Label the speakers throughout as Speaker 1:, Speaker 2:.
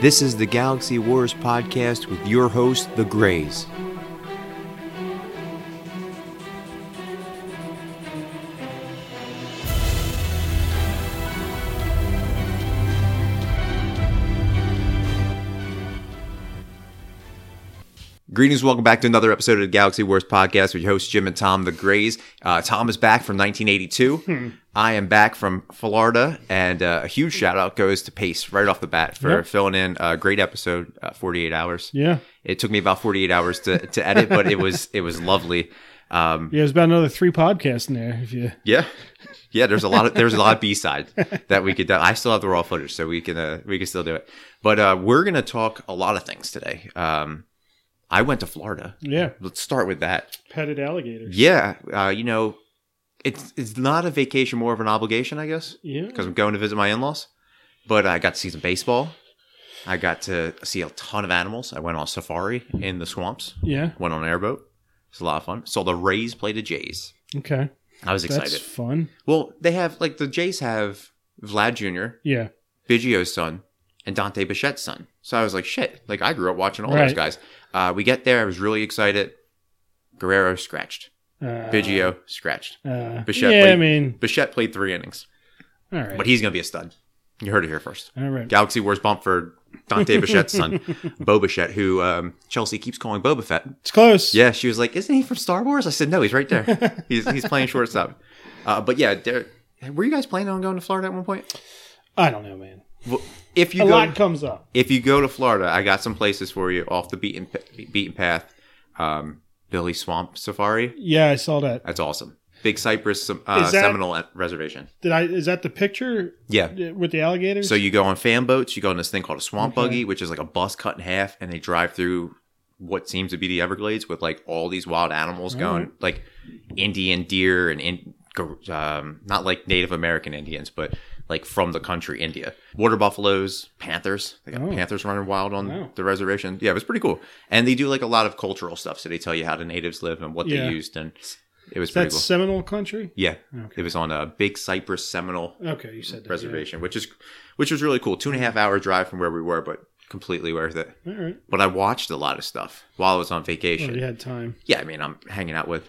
Speaker 1: This is the Galaxy Wars podcast with your host, The Grays. Greetings, welcome back to another episode of the Galaxy Wars podcast with your hosts Jim and Tom, The Grays. Uh, Tom is back from 1982. I am back from Florida, and uh, a huge shout out goes to Pace right off the bat for
Speaker 2: Yep.
Speaker 1: filling in a great episode, uh, 48 hours.
Speaker 2: Yeah.
Speaker 1: It took me about 48 hours to, to edit, but it was it was lovely. Um,
Speaker 2: Yeah, there's about another three podcasts in there. If you
Speaker 1: yeah, yeah. There's a lot of there's a lot of B side that we could. I still have the raw footage, so we can uh, we can still do it. But uh, we're gonna talk a lot of things today. Um, I went to Florida.
Speaker 2: Yeah.
Speaker 1: Let's start with that.
Speaker 2: petted alligators.
Speaker 1: Yeah, uh, you know, it's it's not a vacation, more of an obligation, I guess,
Speaker 2: Yeah.
Speaker 1: because I'm going to visit my in laws. But I got to see some baseball. I got to see a ton of animals. I went on safari in the swamps.
Speaker 2: Yeah.
Speaker 1: Went on an airboat. It's a lot of fun. Saw the Rays play the Jays.
Speaker 2: Okay.
Speaker 1: I was excited.
Speaker 2: That's fun.
Speaker 1: Well, they have like the Jays have Vlad Jr.,
Speaker 2: Yeah.
Speaker 1: Biggio's son, and Dante Bichette's son. So I was like, shit. Like I grew up watching all those
Speaker 2: Right.
Speaker 1: guys. Uh, we get there. I was really excited. Guerrero scratched.
Speaker 2: Uh,
Speaker 1: Biggio scratched.
Speaker 2: Uh,
Speaker 1: Bichette
Speaker 2: yeah,
Speaker 1: played-
Speaker 2: I mean,
Speaker 1: Bichette played three innings,
Speaker 2: all right.
Speaker 1: but he's gonna be a stud. You heard it here first.
Speaker 2: all right.
Speaker 1: Galaxy Wars bump for Dante Bichette's son, Bo Bichette, who um, Chelsea keeps calling Boba Fett.
Speaker 2: It's close.
Speaker 1: Yeah, she was like, "Isn't he from Star Wars?" I said, "No, he's right there. He's he's playing shortstop." Uh, but yeah, there, were you guys planning on going to Florida at one point?
Speaker 2: I don't know, man.
Speaker 1: Well, if you
Speaker 2: A
Speaker 1: go,
Speaker 2: lot comes up.
Speaker 1: if you go to Florida, I got some places for you off the beaten beaten path. Um, Billy Swamp Safari,
Speaker 2: Yeah, I saw that.
Speaker 1: that's awesome. Big Cypress uh,
Speaker 2: Is that-
Speaker 1: Seminole Reservation.
Speaker 2: Did I? Is that the picture
Speaker 1: Yeah.
Speaker 2: uh, with the alligators?
Speaker 1: So you go on fan boats, you go on this thing called a swamp
Speaker 2: Okay.
Speaker 1: buggy, which is like a bus cut in half, and they drive through what seems to be the Everglades with like all these wild animals
Speaker 2: All
Speaker 1: going,
Speaker 2: right.
Speaker 1: like Indian deer and in, gor- um, not like Native American Indians, but like from the country India, water buffaloes, panthers. They got
Speaker 2: Oh.
Speaker 1: panthers running wild on
Speaker 2: Wow.
Speaker 1: the reservation. Yeah, it was pretty cool, and they do like a lot of cultural stuff. So they tell you how the natives live and what
Speaker 2: Yeah.
Speaker 1: they used, and it was
Speaker 2: Is
Speaker 1: pretty
Speaker 2: that
Speaker 1: cool.
Speaker 2: Seminole country?
Speaker 1: yeah,
Speaker 2: Okay.
Speaker 1: it was on a Big Cypress Seminole
Speaker 2: Okay, you said that. yeah.
Speaker 1: reservation, which is which was really cool. Two and a half hour drive from where we were, but completely worth it.
Speaker 2: All right.
Speaker 1: But I watched a lot of stuff while I was on
Speaker 2: Well,
Speaker 1: vacation.
Speaker 2: you
Speaker 1: yeah.
Speaker 2: had time.
Speaker 1: I mean, I'm hanging out with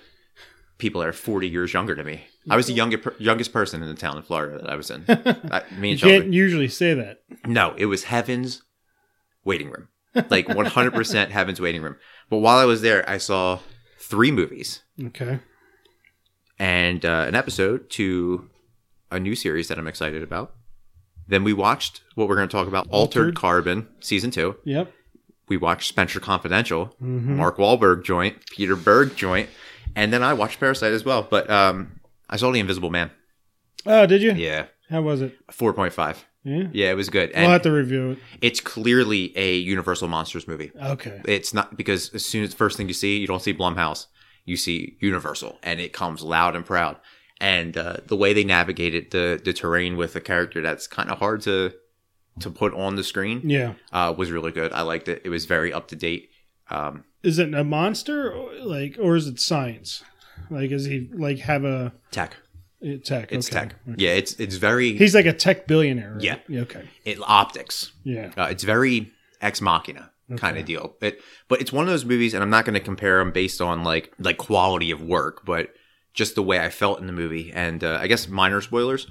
Speaker 1: people that are 40 years younger than me. I was the youngest per- youngest person in the town in Florida that I was in. I, me
Speaker 2: You
Speaker 1: and
Speaker 2: can't
Speaker 1: Shelby.
Speaker 2: usually say that.
Speaker 1: No, it was Heaven's waiting room, like 100 percent Heaven's waiting room. But while I was there, I saw three movies
Speaker 2: Okay.
Speaker 1: and uh, an episode to a new series that I'm excited about. Then we watched what we're going to talk about Altered,
Speaker 2: Altered.
Speaker 1: Carbon, season two.
Speaker 2: Yep.
Speaker 1: We watched Spencer Confidential,
Speaker 2: Mhm.
Speaker 1: Mark Wahlberg joint, Peter Berg joint. And then I watched Parasite as well. But um, I saw The Invisible Man.
Speaker 2: Oh, did you?
Speaker 1: Yeah.
Speaker 2: How was it?
Speaker 1: 4.5.
Speaker 2: Yeah.
Speaker 1: Yeah, it was good.
Speaker 2: We'll
Speaker 1: And
Speaker 2: have to review it.
Speaker 1: it's clearly a Universal Monsters movie.
Speaker 2: Okay.
Speaker 1: It's not because as soon as first thing you see, you don't see Blumhouse, you see Universal, and it comes loud and proud. And uh, the way they navigated the the terrain with a character that's kind of hard to to put on the screen
Speaker 2: Yeah.
Speaker 1: uh, was really good. I liked it. It was very up to date. Um,
Speaker 2: Is it a monster, or, like, or is it science? Like, is he like have a
Speaker 1: tech,
Speaker 2: uh, tech?
Speaker 1: it's
Speaker 2: okay.
Speaker 1: tech. Yeah, it's it's very
Speaker 2: He's like a tech billionaire. Right?
Speaker 1: Yeah.
Speaker 2: Okay.
Speaker 1: it, optics.
Speaker 2: Yeah.
Speaker 1: Uh, it's very ex machina kind of deal. It, but it's one of those movies, and I'm not going to compare them based on like like quality of work, but just the way I felt in the movie. And uh, I guess minor spoilers.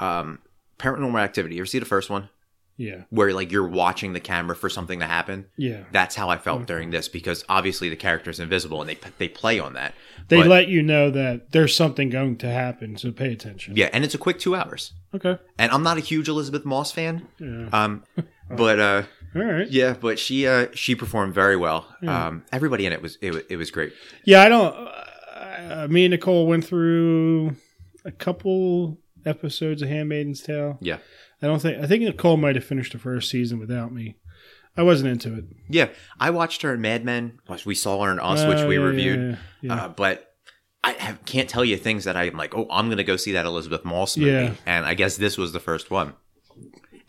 Speaker 1: Um, Paranormal Activity. You ever see the first one
Speaker 2: Yeah.
Speaker 1: where like you're watching the camera for something to happen?
Speaker 2: Yeah.
Speaker 1: That's how I felt during this because obviously the character is invisible and they they play on that.
Speaker 2: They
Speaker 1: But-
Speaker 2: let you know that there's something going to happen, so pay attention.
Speaker 1: yeah, and it's a quick two hours.
Speaker 2: Okay.
Speaker 1: And I'm not a huge Elizabeth Moss fan,
Speaker 2: Yeah.
Speaker 1: um, but uh,
Speaker 2: All right. Yeah.
Speaker 1: Yeah, but she uh, she performed very well. Um, everybody in it was it, wa- it was great.
Speaker 2: I don't. Uh, me and Nicole went through a couple episodes of Handmaiden's Tale.
Speaker 1: Yeah,
Speaker 2: I don't think. I think Nicole might have finished the first season without me. I wasn't into it.
Speaker 1: yeah. I watched her in Mad Men. Watched- We saw her in Us, which
Speaker 2: Oh,
Speaker 1: we
Speaker 2: yeah, yeah,
Speaker 1: reviewed.
Speaker 2: yeah, yeah.
Speaker 1: Uh, but I have, can't tell you things that I'm like, oh, I'm gonna go see that Elizabeth Moss movie,
Speaker 2: Yeah.
Speaker 1: and I guess this was the first one.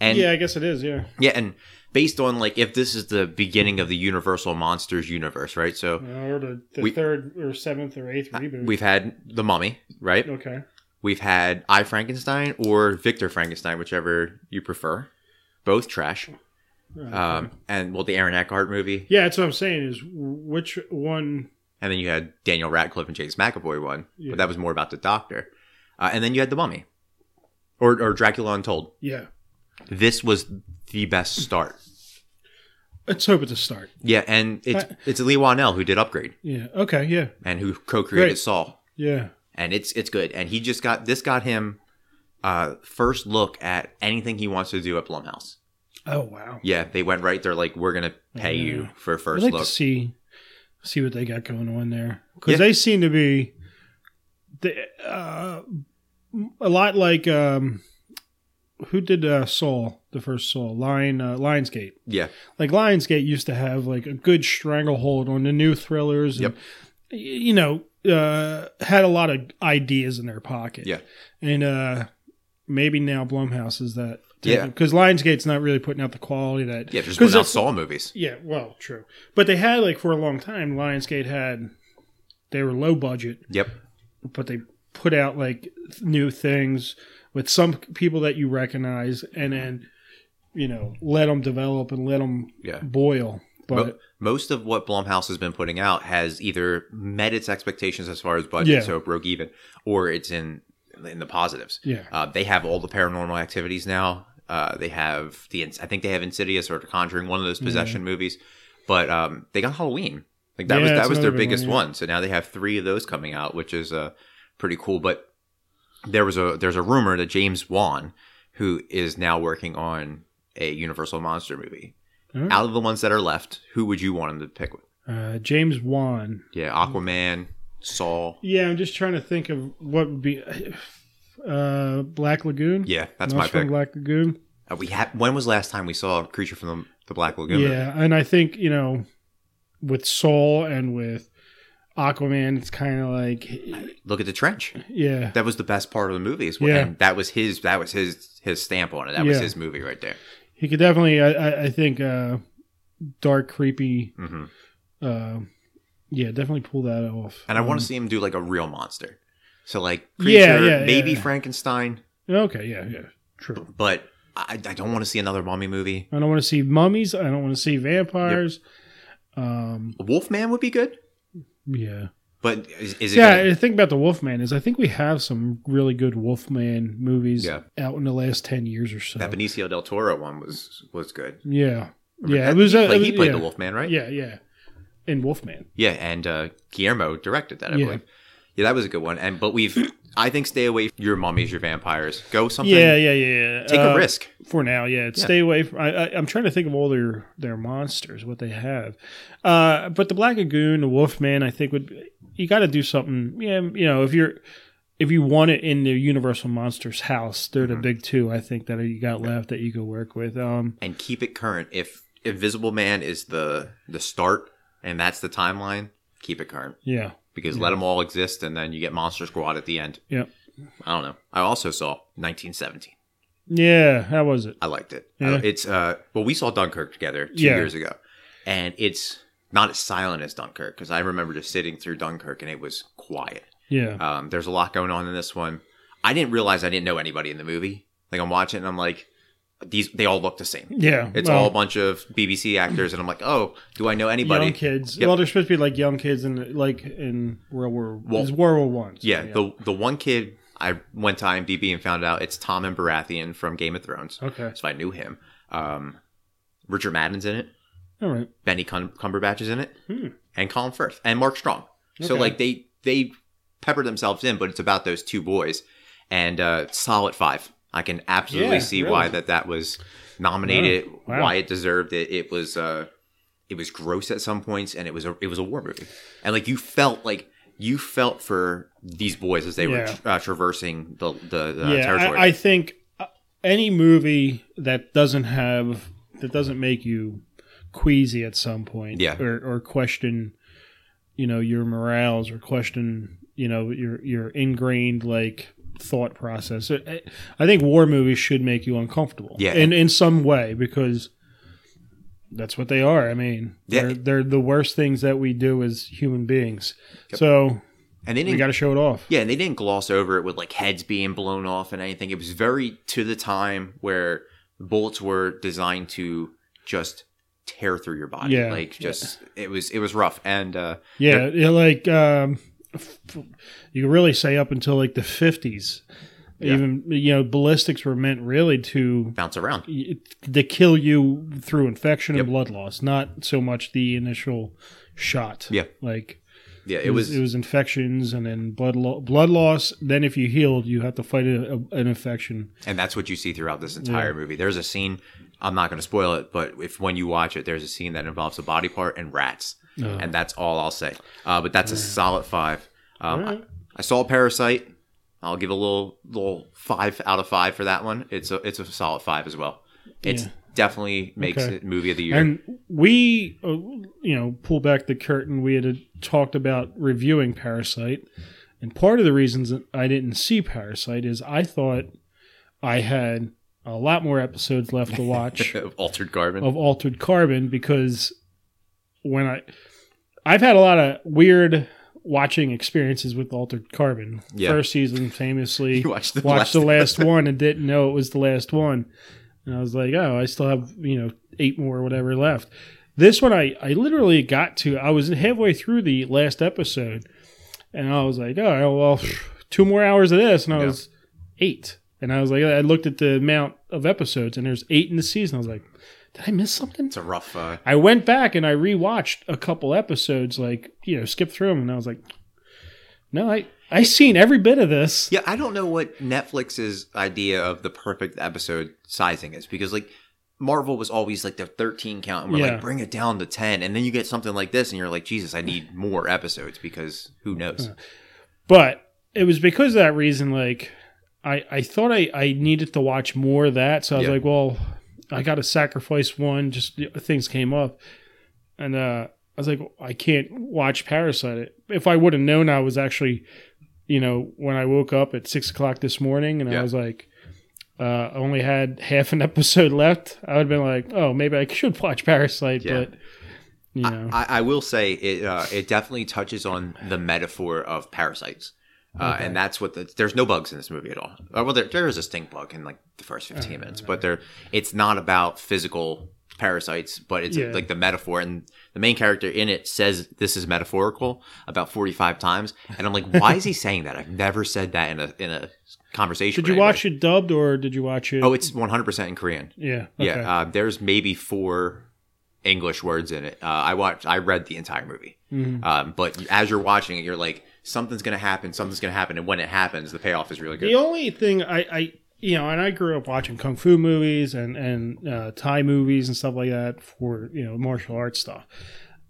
Speaker 1: And
Speaker 2: yeah,
Speaker 1: yeah.
Speaker 2: I guess it is. Yeah.
Speaker 1: and based on like if this is the beginning of the Universal Monsters universe, right? So
Speaker 2: Or the, the
Speaker 1: We- Uh,
Speaker 2: third or seventh or eighth reboot.
Speaker 1: we've had the Mummy, right?
Speaker 2: okay.
Speaker 1: We've had I Frankenstein or Victor Frankenstein, whichever you prefer. Both trash.
Speaker 2: Mm-hmm.
Speaker 1: um, and well, the Aaron Eckhart movie,
Speaker 2: yeah, that's what I'm saying. Is which one?
Speaker 1: and then you had Daniel Radcliffe and James McAvoy one,
Speaker 2: Yeah.
Speaker 1: but that was more about the Doctor, uh, and then you had the Mummy, or or Dracula Untold.
Speaker 2: Yeah,
Speaker 1: This was the best start.
Speaker 2: let's hope it's a start.
Speaker 1: Yeah, and it's it's Lee Wanell who did Upgrade
Speaker 2: Yeah. Okay. Yeah.
Speaker 1: and who co-created
Speaker 2: Great.
Speaker 1: Saw,
Speaker 2: Yeah.
Speaker 1: and it's it's good. And he just got this got him uh, first look at anything he wants to do at Blumhouse.
Speaker 2: Oh wow.
Speaker 1: Yeah, they went right there like we're gonna pay
Speaker 2: Yeah.
Speaker 1: you for
Speaker 2: I'd
Speaker 1: first
Speaker 2: like
Speaker 1: look.
Speaker 2: to see see what they got going on there because
Speaker 1: Yeah.
Speaker 2: they seem to be the uh, a lot like um, who did uh, Soul the first Soul Lion uh, Lionsgate.
Speaker 1: yeah,
Speaker 2: like Lionsgate used to have like a good stranglehold on the new thrillers. And,
Speaker 1: Yep.
Speaker 2: y- You know, uh, had a lot of ideas in their pocket.
Speaker 1: Yeah.
Speaker 2: And uh, maybe now Blumhouse is that.
Speaker 1: Yeah.
Speaker 2: Because Lionsgate's not really putting out the quality that.
Speaker 1: yeah, just
Speaker 2: 'Cause
Speaker 1: putting out
Speaker 2: that's-
Speaker 1: Saw movies.
Speaker 2: Yeah, well, true. But they had like for a long time, Lionsgate had they were low budget,
Speaker 1: Yep,
Speaker 2: but they put out like th- new things with some people that you recognize, and then you know let them develop and let them
Speaker 1: yeah.
Speaker 2: boil. But
Speaker 1: Mo- most of what Blumhouse has been putting out has either met its expectations as far as budget,
Speaker 2: Yeah.
Speaker 1: so it broke even, or it's in in the positives.
Speaker 2: yeah,
Speaker 1: Uh, they have all the paranormal activities now. Uh, they have the ins- I think they have Insidious or The Conjuring, one of
Speaker 2: Mm-hmm.
Speaker 1: those possession movies. But um, they got Halloween. Like that
Speaker 2: Yeah,
Speaker 1: was that
Speaker 2: that's
Speaker 1: was their
Speaker 2: another big
Speaker 1: biggest
Speaker 2: one,
Speaker 1: one, So now they have three of those coming out, which is uh, pretty cool. But there was a there's a rumor that James Wan, who is now working on a Universal monster movie,
Speaker 2: Hmm.
Speaker 1: out of the ones that are left, who would you want him to pick? With?
Speaker 2: Uh, James Wan.
Speaker 1: Yeah, Aquaman, Saul.
Speaker 2: Yeah, I'm just trying to think of what would be uh, Black Lagoon.
Speaker 1: Yeah, that's
Speaker 2: Monster
Speaker 1: my
Speaker 2: from
Speaker 1: pick.
Speaker 2: Black Lagoon.
Speaker 1: Uh, we had when was last time we saw Creature from the, the Black Lagoon?
Speaker 2: Yeah, and I think you know, with Soul and with Aquaman, it's kind of like
Speaker 1: Look at the trench.
Speaker 2: yeah,
Speaker 1: that was the best part of the movie is
Speaker 2: Yeah.
Speaker 1: and that was his that was his his stamp on it that was
Speaker 2: Yeah.
Speaker 1: his movie right there
Speaker 2: he could definitely. I, I, I think uh, dark, creepy.
Speaker 1: hmm
Speaker 2: Uh, yeah, definitely pull that off.
Speaker 1: and i want
Speaker 2: Um,
Speaker 1: to see him do like a real monster so like creature
Speaker 2: Yeah, yeah,
Speaker 1: maybe
Speaker 2: yeah.
Speaker 1: frankenstein
Speaker 2: Okay, yeah, yeah, true.
Speaker 1: but i, I don't want to see another mummy movie
Speaker 2: I don't want to see mummies. I don't want to see vampires. Um,
Speaker 1: wolfman would be good
Speaker 2: yeah.
Speaker 1: but is, is it
Speaker 2: Yeah,
Speaker 1: gonna-
Speaker 2: the thing about the Wolfman is I think we have some really good Wolfman movies
Speaker 1: Yeah.
Speaker 2: out in the last ten years or so.
Speaker 1: that benicio del toro one was was good
Speaker 2: Yeah, yeah,
Speaker 1: That-
Speaker 2: it was.
Speaker 1: he
Speaker 2: uh,
Speaker 1: played,
Speaker 2: it
Speaker 1: he
Speaker 2: was-
Speaker 1: played
Speaker 2: yeah.
Speaker 1: the wolfman right
Speaker 2: Yeah, yeah, in Wolfman.
Speaker 1: yeah and uh guillermo directed that i
Speaker 2: Yeah.
Speaker 1: believe yeah that was a good one and but we've i think stay away from your mummies your vampires go something
Speaker 2: Yeah, yeah, yeah. yeah.
Speaker 1: take
Speaker 2: Uh,
Speaker 1: a risk
Speaker 2: for now. Yeah, it's
Speaker 1: Yeah.
Speaker 2: stay away. From, I, I, I'm trying to think of all their their monsters, what they have. Uh, but the Black Lagoon, the Wolfman, I think would you got to do something. Yeah, you know, if you're if you want it in the Universal Monsters house, they're the
Speaker 1: Mhm.
Speaker 2: big two. I think that you got left that you could work with. Um,
Speaker 1: and keep it current. If Invisible Man is the the start and that's the timeline, keep it current
Speaker 2: yeah.
Speaker 1: because let 'em let them all exist and then you get Monster Squad at the end.
Speaker 2: Yep.
Speaker 1: I don't know. I also saw 1917.
Speaker 2: Yeah, how was it?
Speaker 1: I liked it.
Speaker 2: Yeah.
Speaker 1: Uh, It's uh well we saw Dunkirk together 2
Speaker 2: Yeah.
Speaker 1: years ago. And it's not as silent as Dunkirk because I remember just sitting through Dunkirk and it was quiet.
Speaker 2: Yeah,
Speaker 1: Um, there's a lot going on in this one. I didn't realize I didn't know anybody in the movie. Like I'm watching and I'm like these they all look the same.
Speaker 2: yeah.
Speaker 1: It's
Speaker 2: well,
Speaker 1: all a bunch of BBC actors, and I'm like, oh, do I know anybody?
Speaker 2: young kids.
Speaker 1: Yep.
Speaker 2: Well, they're supposed to be like young kids in like in World War.
Speaker 1: Well,
Speaker 2: it's World War One. so,
Speaker 1: yeah, the the one kid I went to IMDb and found out it's Tom and Baratheon from Game of Thrones,
Speaker 2: okay.
Speaker 1: so I knew him. Um, Richard Madden's in it.
Speaker 2: All right.
Speaker 1: Benny Cum- Cumberbatch is in it,
Speaker 2: Hmm.
Speaker 1: and Colin Firth and Mark Strong. So
Speaker 2: Okay.
Speaker 1: like they they pepper themselves in, but it's about those two boys, and uh, solid five. I can absolutely
Speaker 2: Yeah,
Speaker 1: see
Speaker 2: really. Oh,
Speaker 1: why that that was nominated,
Speaker 2: Wow.
Speaker 1: why it deserved it. It was uh, it was gross at some points, and it was a it was a war movie, and like you felt like you felt for these boys as they
Speaker 2: Yeah.
Speaker 1: were uh, traversing the the, the
Speaker 2: yeah,
Speaker 1: uh, territory.
Speaker 2: I, I think uh, any movie that doesn't have that doesn't make you queasy at some point,
Speaker 1: Yeah.
Speaker 2: or, or question, you know, your morals or question, you know, your your ingrained like thought process. I, I think war movies should make you uncomfortable,
Speaker 1: Yeah.
Speaker 2: in in some way because. That's what they are. I mean,
Speaker 1: Yeah.
Speaker 2: they're, they're the worst things that we do as human beings. So
Speaker 1: and they
Speaker 2: we
Speaker 1: didn't
Speaker 2: got to show it off.
Speaker 1: Yeah, and they didn't gloss over it with like heads being blown off and anything. It was very to the time where bullets were designed to just tear through your body.
Speaker 2: Yeah.
Speaker 1: Like just it was it was rough. And uh
Speaker 2: Yeah, yeah, like um, f- you can really say up until like the fifties,
Speaker 1: Yeah.
Speaker 2: even you know ballistics were meant really to
Speaker 1: bounce around.
Speaker 2: to kill you through infection
Speaker 1: Yep.
Speaker 2: and blood loss, not so much the initial shot.
Speaker 1: Yeah.
Speaker 2: like
Speaker 1: Yeah,
Speaker 2: it was it was infections and then blood lo- blood loss. Then if you healed, you have to fight a, a- an infection.
Speaker 1: and that's what you see throughout this entire movie. There's a scene. I'm not going to spoil it, but if when you watch it, there's a scene that involves a body part and rats, and that's all I'll say. Uh, but that's a solid five. Um, I, I saw Parasite. I'll give a little little five out of five for that one. It's a it's a solid five as well. It's
Speaker 2: Yeah.
Speaker 1: definitely makes
Speaker 2: Okay.
Speaker 1: it movie of the year.
Speaker 2: And we, uh, you know, pull back the curtain. We had uh, talked about reviewing Parasite, and part of the reasons that I didn't see Parasite is I thought I had a lot more episodes left to watch
Speaker 1: Altered Carbon.
Speaker 2: of Altered Carbon because when I, I've had a lot of weird watching experiences with Altered Carbon.
Speaker 1: Yeah.
Speaker 2: First season, famously,
Speaker 1: You watched the last-
Speaker 2: watched the last one and didn't know it was the last one. And I was like, oh, I still have, you know, eight more or whatever left. This one I, I literally got to, I was halfway through the last episode and I was like, oh, well, two more hours of this. And I
Speaker 1: Yeah.
Speaker 2: was eight. And I was like, I looked at the amount of episodes and there's eight in the season. I was like, did I miss something?
Speaker 1: It's a rough. Uh,
Speaker 2: I went back and I rewatched a couple episodes, like, you know, skipped through them. And I was like, no, I, I seen every bit of this.
Speaker 1: Yeah, I don't know what Netflix's idea of the perfect episode sizing is because like Marvel was always like the 13 count and we're
Speaker 2: Yeah.
Speaker 1: like bring it down to 10 and then you get something like this and you're like Jesus, I need more episodes because who knows.
Speaker 2: but it was because of that reason like i i thought i i needed to watch more of that so i was
Speaker 1: Yeah.
Speaker 2: like well i gotta sacrifice one just you know, things came up and uh i was like i can't watch parasite if i would have known i was actually you know when i woke up at six o'clock this morning and
Speaker 1: Yeah.
Speaker 2: i was like uh, I only had half an episode left. I would have been like, "Oh, maybe I should watch Parasite,"
Speaker 1: Yeah.
Speaker 2: but you know,
Speaker 1: I, I will say it uh, it definitely touches on the metaphor of parasites. Uh, And that's what the, there's no bugs in this movie at all. Uh, well, there, there is a stink bug in like the first
Speaker 2: Mm-hmm.
Speaker 1: 15 minutes, but there it's not about physical parasites, but it's
Speaker 2: Yeah.
Speaker 1: like the metaphor. And the main character in it says this is metaphorical about 45 times, and I'm like, why is he saying that? I've never said that in a in a conversation.
Speaker 2: did you
Speaker 1: with anybody.
Speaker 2: watch it dubbed or did you watch it?
Speaker 1: Oh, it's 100 percent in Korean.
Speaker 2: yeah, okay.
Speaker 1: Yeah, uh, there's maybe four English words in it. Uh, I watched, I read the entire movie.
Speaker 2: Mm-hmm.
Speaker 1: Um, but as you're watching it, you're like, something's gonna happen, something's gonna happen, and when it happens, the payoff is really good.
Speaker 2: The only thing I, I you know, and I grew up watching kung fu movies and and uh, Thai movies and stuff like that for you know martial arts stuff.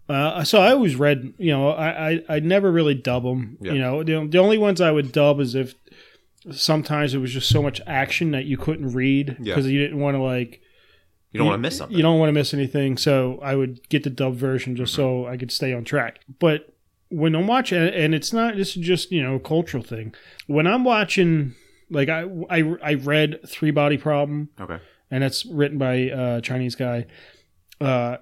Speaker 2: Uh, so I always read, you know, I I, I never really dub them.
Speaker 1: Yeah.
Speaker 2: You know, the, the only ones I would dub is if sometimes it was just so much action that you couldn't read
Speaker 1: Yeah.
Speaker 2: because you didn't want to like
Speaker 1: You don't want to miss something.
Speaker 2: you don't want to miss anything. So I would get the dub version just so I could stay on track. But when I'm watching, and it's not, this is just, you know, a cultural thing. When I'm watching, like, I, I, I read Three Body Problem,
Speaker 1: okay.
Speaker 2: and that's written by a Chinese guy. Uh,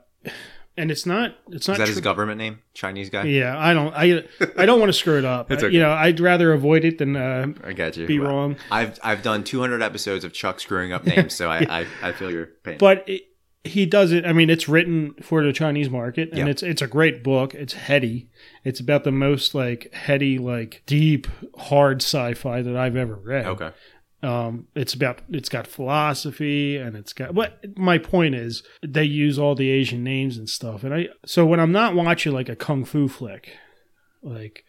Speaker 2: and it's not, it's not,
Speaker 1: Is that his
Speaker 2: tr-
Speaker 1: government name? Chinese guy.
Speaker 2: yeah, I don't, I, I don't want to screw it up.
Speaker 1: It's okay.
Speaker 2: You know, I'd rather avoid it than uh,
Speaker 1: I got you.
Speaker 2: be
Speaker 1: Well,
Speaker 2: wrong.
Speaker 1: I've I've done 200 episodes of Chuck screwing up names, so I I, I feel your pain.
Speaker 2: but it, he does it. I mean, it's written for the Chinese market, and
Speaker 1: Yeah.
Speaker 2: it's it's a great book. It's heady. It's about the most like heady, like deep, hard sci-fi that I've ever read.
Speaker 1: okay.
Speaker 2: Um, it's about it's got philosophy, and it's got. But my point is, they use all the Asian names and stuff, and I. So when I'm not watching like a kung fu flick, like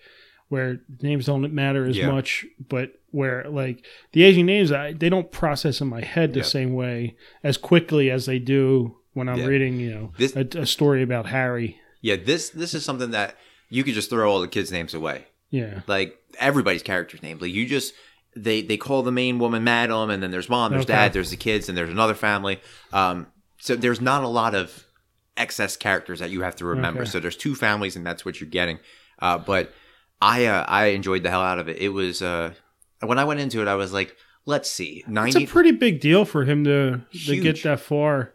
Speaker 2: where names don't matter as
Speaker 1: Yeah.
Speaker 2: much, but where like the Asian names, I, they don't process in my head the
Speaker 1: Yeah.
Speaker 2: same way as quickly as they do when I'm
Speaker 1: Yeah.
Speaker 2: reading, you know,
Speaker 1: This-
Speaker 2: a, a story about Harry.
Speaker 1: Yeah. This this is something that you could just throw all the kids' names away.
Speaker 2: Yeah,
Speaker 1: like everybody's character's name. Like you just they they call the main woman Madam, and then there's mom, there's
Speaker 2: Okay.
Speaker 1: dad, there's the kids, and there's another family. Um, so there's not a lot of excess characters that you have to remember.
Speaker 2: Okay.
Speaker 1: So there's two families, and that's what you're getting. Uh, but I uh, I enjoyed the hell out of it. It was uh, when I went into it, I was like, let's see,
Speaker 2: it's a
Speaker 1: ninety.
Speaker 2: pretty big deal for him to to
Speaker 1: Huge.
Speaker 2: get that far.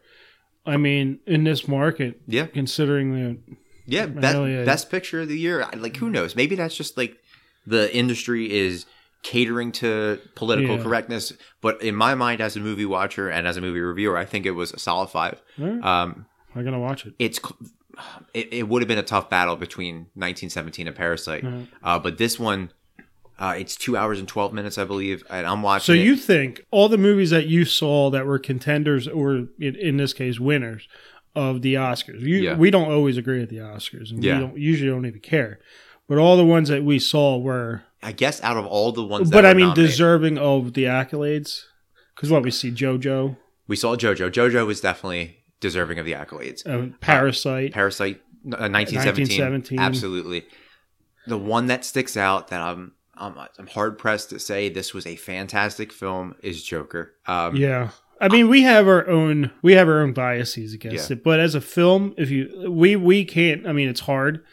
Speaker 2: I mean, in this market,
Speaker 1: yeah,
Speaker 2: considering the
Speaker 1: yeah,
Speaker 2: Hell
Speaker 1: best,
Speaker 2: yeah.
Speaker 1: best picture of the year. I- Like who knows? Maybe that's just like the industry is catering to political
Speaker 2: Yeah.
Speaker 1: correctness. But in my mind, as a movie watcher and as a movie reviewer, I think it was a solid five.
Speaker 2: All right,
Speaker 1: Um,
Speaker 2: I'm gonna watch it.
Speaker 1: it's c- it, it would have been a tough battle between 1917 and Parasite,
Speaker 2: Mhm.
Speaker 1: uh, but this one, uh, it's two hours and twelve minutes, I believe, and I'm watching.
Speaker 2: So
Speaker 1: it.
Speaker 2: you think all the movies that you saw that were contenders, or in, in this case, winners of the Oscars? You,
Speaker 1: Yeah.
Speaker 2: We don't always agree at the Oscars, and
Speaker 1: Yeah.
Speaker 2: we don't, usually don't even care. But all the ones that we saw were,
Speaker 1: I guess, out of all the ones, that
Speaker 2: but I
Speaker 1: were
Speaker 2: mean,
Speaker 1: nominated-
Speaker 2: deserving of the accolades. Because what we see, JoJo,
Speaker 1: we saw JoJo. JoJo was definitely deserving of the accolades.
Speaker 2: uh, Parasite.
Speaker 1: Parasite, uh, 1917,
Speaker 2: 1917.
Speaker 1: absolutely. The one that sticks out that I'm I'm, I'm hard pressed to say this was a fantastic film is Joker. Um,
Speaker 2: yeah, I mean, we have our own we have our own biases against it, but as a film, if you we we can't. I mean, it's hard.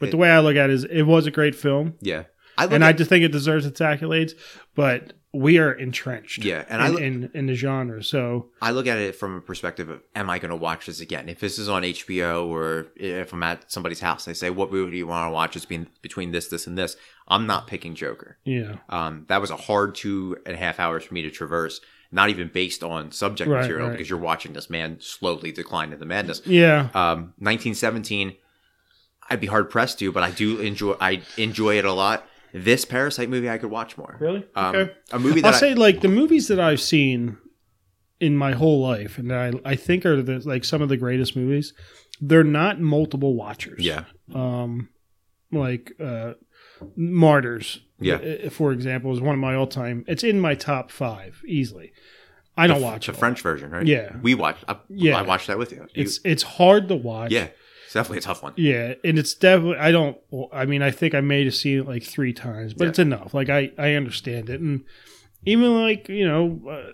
Speaker 2: But the way I look at it is, it was a great film.
Speaker 1: yeah. I look
Speaker 2: and
Speaker 1: at-
Speaker 2: I just think it deserves its accolades. But we are entrenched,
Speaker 1: yeah, and I
Speaker 2: in,
Speaker 1: look,
Speaker 2: in in the genre. So
Speaker 1: I look at it from a perspective of, am I going to watch this again? If this is on HBO or if I'm at somebody's house, they say, what movie do you want to watch? It's been between this, this, and this. I'm not picking Joker.
Speaker 2: yeah,
Speaker 1: Um, that was a hard two and a half hours for me to traverse, not even based on subject
Speaker 2: Right,
Speaker 1: material,
Speaker 2: right.
Speaker 1: because you're watching this man slowly decline into madness.
Speaker 2: yeah,
Speaker 1: Um, 1917, I'd be hard pressed to, but I do enjoy. I enjoy it a lot. This Parasite movie, I could watch more.
Speaker 2: really.
Speaker 1: Um,
Speaker 2: okay,
Speaker 1: A movie
Speaker 2: I'll
Speaker 1: that I,
Speaker 2: say like the movies that I've seen in my whole life, and that I I think are the, like some of the greatest movies. They're not multiple watchers.
Speaker 1: yeah,
Speaker 2: um, like uh, Martyrs.
Speaker 1: Yeah.
Speaker 2: uh, for example, is one of my all time. It's in my top five easily. I don't watch
Speaker 1: the
Speaker 2: it.
Speaker 1: French version, right?
Speaker 2: Yeah.
Speaker 1: we watched. I,
Speaker 2: Yeah.
Speaker 1: I watched that with you. You-
Speaker 2: It's it's hard to watch.
Speaker 1: yeah, it's definitely a tough one.
Speaker 2: Yeah, and it's definitely I don't well, I mean I think I may have seen it like three times, but
Speaker 1: Yeah.
Speaker 2: it's enough. Like I I understand it, and even like you know uh,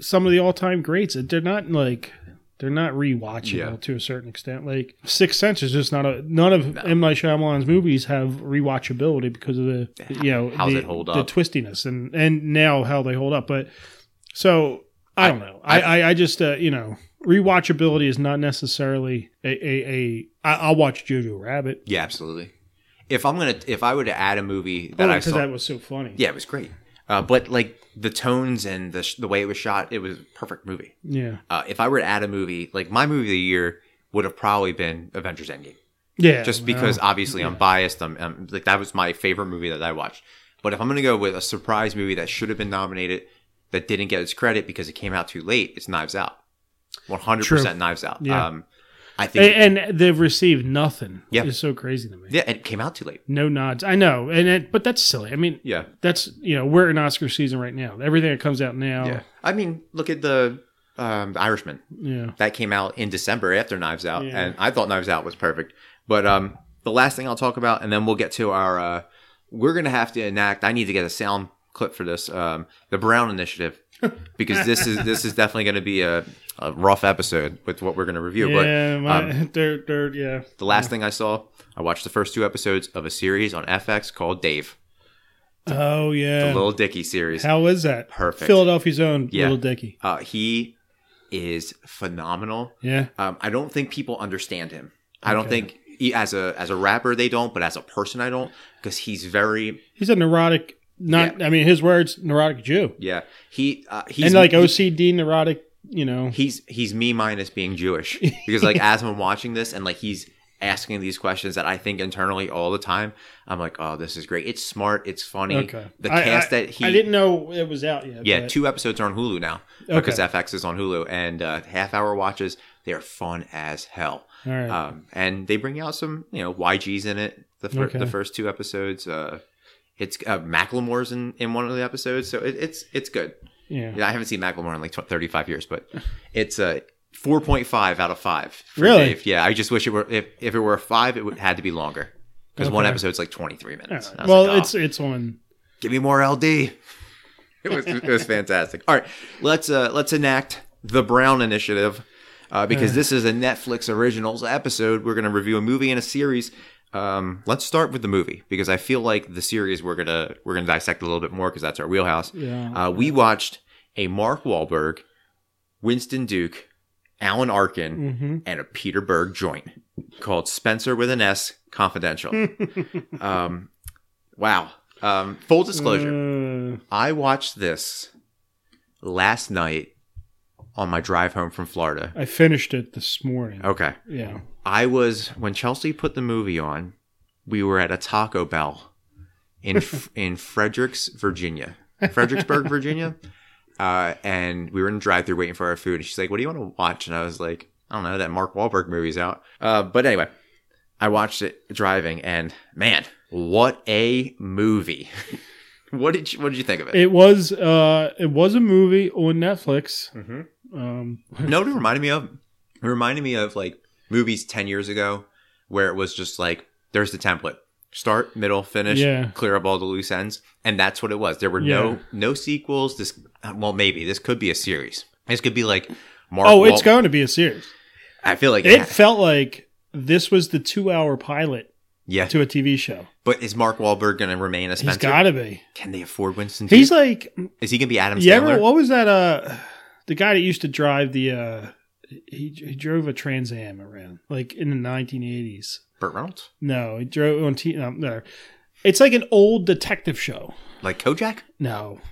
Speaker 2: some of the all time greats, they're not like they're not rewatchable
Speaker 1: Yeah.
Speaker 2: to a certain extent. Like Six Sense is just not a none of
Speaker 1: No.
Speaker 2: M Night Shyamalan's movies have rewatchability because of the you know
Speaker 1: How's
Speaker 2: the,
Speaker 1: it hold
Speaker 2: the
Speaker 1: up?
Speaker 2: twistiness and and now how they hold up, but so I,
Speaker 1: I-
Speaker 2: don't know. I, I, I just uh, you know rewatchability is not necessarily a a, a I, I'll watch Jojo Rabbit
Speaker 1: Yeah, absolutely. If I'm gonna, if I were to add a movie that I
Speaker 2: because
Speaker 1: saw,
Speaker 2: Oh, that was so funny.
Speaker 1: yeah, it was great. Uh, but like the tones and the sh- the way it was shot, it was a perfect movie.
Speaker 2: yeah,
Speaker 1: Uh, if I were to add a movie, like my movie of the year would have probably been Avengers Endgame.
Speaker 2: yeah.
Speaker 1: just
Speaker 2: well,
Speaker 1: because obviously I'm biased. I'm, I'm- like that was my favorite movie that I watched. But if I'm gonna go with a surprise movie that should have been nominated that didn't get its credit because it came out too late, it's Knives Out. One hundred percent Knives Out.
Speaker 2: Yeah.
Speaker 1: Um, I think.
Speaker 2: and, and they've received nothing.
Speaker 1: Yeah.
Speaker 2: it's so crazy to me.
Speaker 1: yeah, and it came out too late.
Speaker 2: No nods. I know, and it, but that's silly. I mean,
Speaker 1: Yeah,
Speaker 2: that's you know we're in Oscar season right now. Everything that comes out now,
Speaker 1: yeah. I mean, look at the um, the Irishman
Speaker 2: yeah,
Speaker 1: that came out in December after Knives Out,
Speaker 2: Yeah.
Speaker 1: and I thought Knives Out was perfect. But um, the last thing I'll talk about, and then we'll get to our. Uh, we're gonna have to enact. I need to get a sound clip for this. Um, the Brown Initiative, because this is this is definitely gonna be a, a rough episode with what we're gonna review.
Speaker 2: yeah. My,
Speaker 1: um,
Speaker 2: they're, they're, yeah.
Speaker 1: But the last thing I saw, I watched the first two episodes of a series on FX called Dave,
Speaker 2: Oh
Speaker 1: the
Speaker 2: yeah.
Speaker 1: Little Dicky series.
Speaker 2: How is that?
Speaker 1: Perfect.
Speaker 2: Philadelphia's own
Speaker 1: Yeah.
Speaker 2: Little Dicky.
Speaker 1: Uh, he is phenomenal.
Speaker 2: Yeah.
Speaker 1: Um, I don't think people understand him. I don't
Speaker 2: Okay.
Speaker 1: think he, as a as a rapper they don't, but as a person I don't because he's very
Speaker 2: He's a neurotic, not, I mean, his words, neurotic Jew.
Speaker 1: yeah he uh, he's
Speaker 2: and like OCD neurotic, you know.
Speaker 1: he's he's me minus being Jewish because like as I'm watching this and like he's asking these questions that I think internally all the time. I'm like, oh, this is great. It's smart. It's funny.
Speaker 2: Okay.
Speaker 1: The
Speaker 2: I-
Speaker 1: cast
Speaker 2: I,
Speaker 1: that he
Speaker 2: I didn't know it was out yet.
Speaker 1: yeah
Speaker 2: but-
Speaker 1: two episodes are on Hulu now
Speaker 2: Okay.
Speaker 1: because FX is on Hulu and uh, half hour watches they are fun as hell.
Speaker 2: All right.
Speaker 1: um, and they bring out some you know YGs in it. The, fir-
Speaker 2: Okay.
Speaker 1: the first two episodes, uh, it's uh, Macklemore's in, in one of the episodes, so it, it's it's good.
Speaker 2: yeah.
Speaker 1: Yeah, I haven't seen Macklemore in like tw- thirty five years, but it's a four point five out of five. for
Speaker 2: Really?
Speaker 1: Dave. Yeah, I just wish it were if, if it were a five, it would had to be longer because one
Speaker 2: Okay.
Speaker 1: episode's like twenty three minutes.
Speaker 2: All
Speaker 1: And I was
Speaker 2: right. Well,
Speaker 1: like, "Oh,
Speaker 2: it's it's on.
Speaker 1: give me more LD. It was it was fantastic. All right, let's uh let's enact the Brown Initiative uh, because this is a Netflix Originals episode. We're going to review a movie and a series. Um, let's start with the movie because I feel like the series we're gonna we're gonna dissect a little bit more because that's our wheelhouse.
Speaker 2: Yeah.
Speaker 1: Uh, we watched a Mark Wahlberg, Winston Duke, Alan Arkin,
Speaker 2: hmm
Speaker 1: and a Peter Berg joint called Spencer with an S Confidential. um, wow. Um, full disclosure,
Speaker 2: Uh,
Speaker 1: I watched this last night on my drive home from Florida.
Speaker 2: I finished it this morning.
Speaker 1: Okay.
Speaker 2: Yeah.
Speaker 1: I was when Chelsea put the movie on, we were at a Taco Bell in in Fredericks, Virginia, Fredericksburg, Virginia, uh, and we were in the drive-through waiting for our food. And she's like, "What do you want to watch?" And I was like, "I don't know. That Mark Wahlberg movie's out." Uh, but anyway, I watched it driving, and man, what a movie! what did you, what did you think of it?
Speaker 2: It was uh, it was a movie on Netflix.
Speaker 1: mm-hmm.
Speaker 2: Um,
Speaker 1: No, it reminded me of it reminded me of like movies ten years ago where it was just like there's the template. Start, middle, finish,
Speaker 2: Yeah.
Speaker 1: clear up all the loose ends. And that's what it was. There were
Speaker 2: Yeah.
Speaker 1: no no sequels. This well maybe this could be a series. This could be like Mark
Speaker 2: oh, it's
Speaker 1: Wahl-
Speaker 2: going to be a series.
Speaker 1: I feel like
Speaker 2: It felt like this was the two-hour pilot
Speaker 1: yeah.
Speaker 2: to a TV show.
Speaker 1: But is Mark Wahlberg gonna remain a
Speaker 2: He's
Speaker 1: Spencer?
Speaker 2: got to be.
Speaker 1: Can they afford Winston?
Speaker 2: He's
Speaker 1: Duke?
Speaker 2: like,
Speaker 1: is he gonna be Adam
Speaker 2: you ever,
Speaker 1: Sandler?
Speaker 2: what was that? Uh, the guy that used to drive the uh, he, he drove a Trans Am around like in the 1980s.
Speaker 1: Burt Reynolds?
Speaker 2: No, he drove on T. No, no. It's like an old detective show.
Speaker 1: Like Kojak?
Speaker 2: No,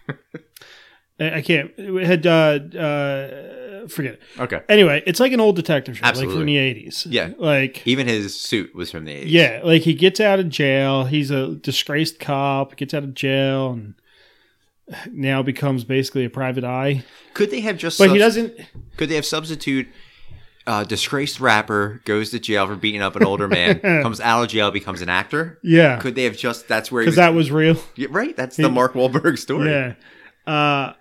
Speaker 2: I I can't. It had uh, uh, forget it.
Speaker 1: Okay.
Speaker 2: Anyway, it's like an old detective show, like
Speaker 1: Absolutely.
Speaker 2: from the eighties.
Speaker 1: Yeah.
Speaker 2: like
Speaker 1: Even his suit was from the 80s.
Speaker 2: yeah, like he gets out of jail. He's a disgraced cop. Gets out of jail and now becomes basically a private eye.
Speaker 1: Could they have just
Speaker 2: But he
Speaker 1: subs-
Speaker 2: doesn't.
Speaker 1: Could they have substitute uh, disgraced rapper goes to jail for beating up an older man, comes out of jail, becomes an actor?
Speaker 2: Yeah,
Speaker 1: Could they have just that's where he
Speaker 2: because
Speaker 1: was,
Speaker 2: that was real.
Speaker 1: Yeah, right? That's the Mark Wahlberg story.
Speaker 2: Yeah. Uh,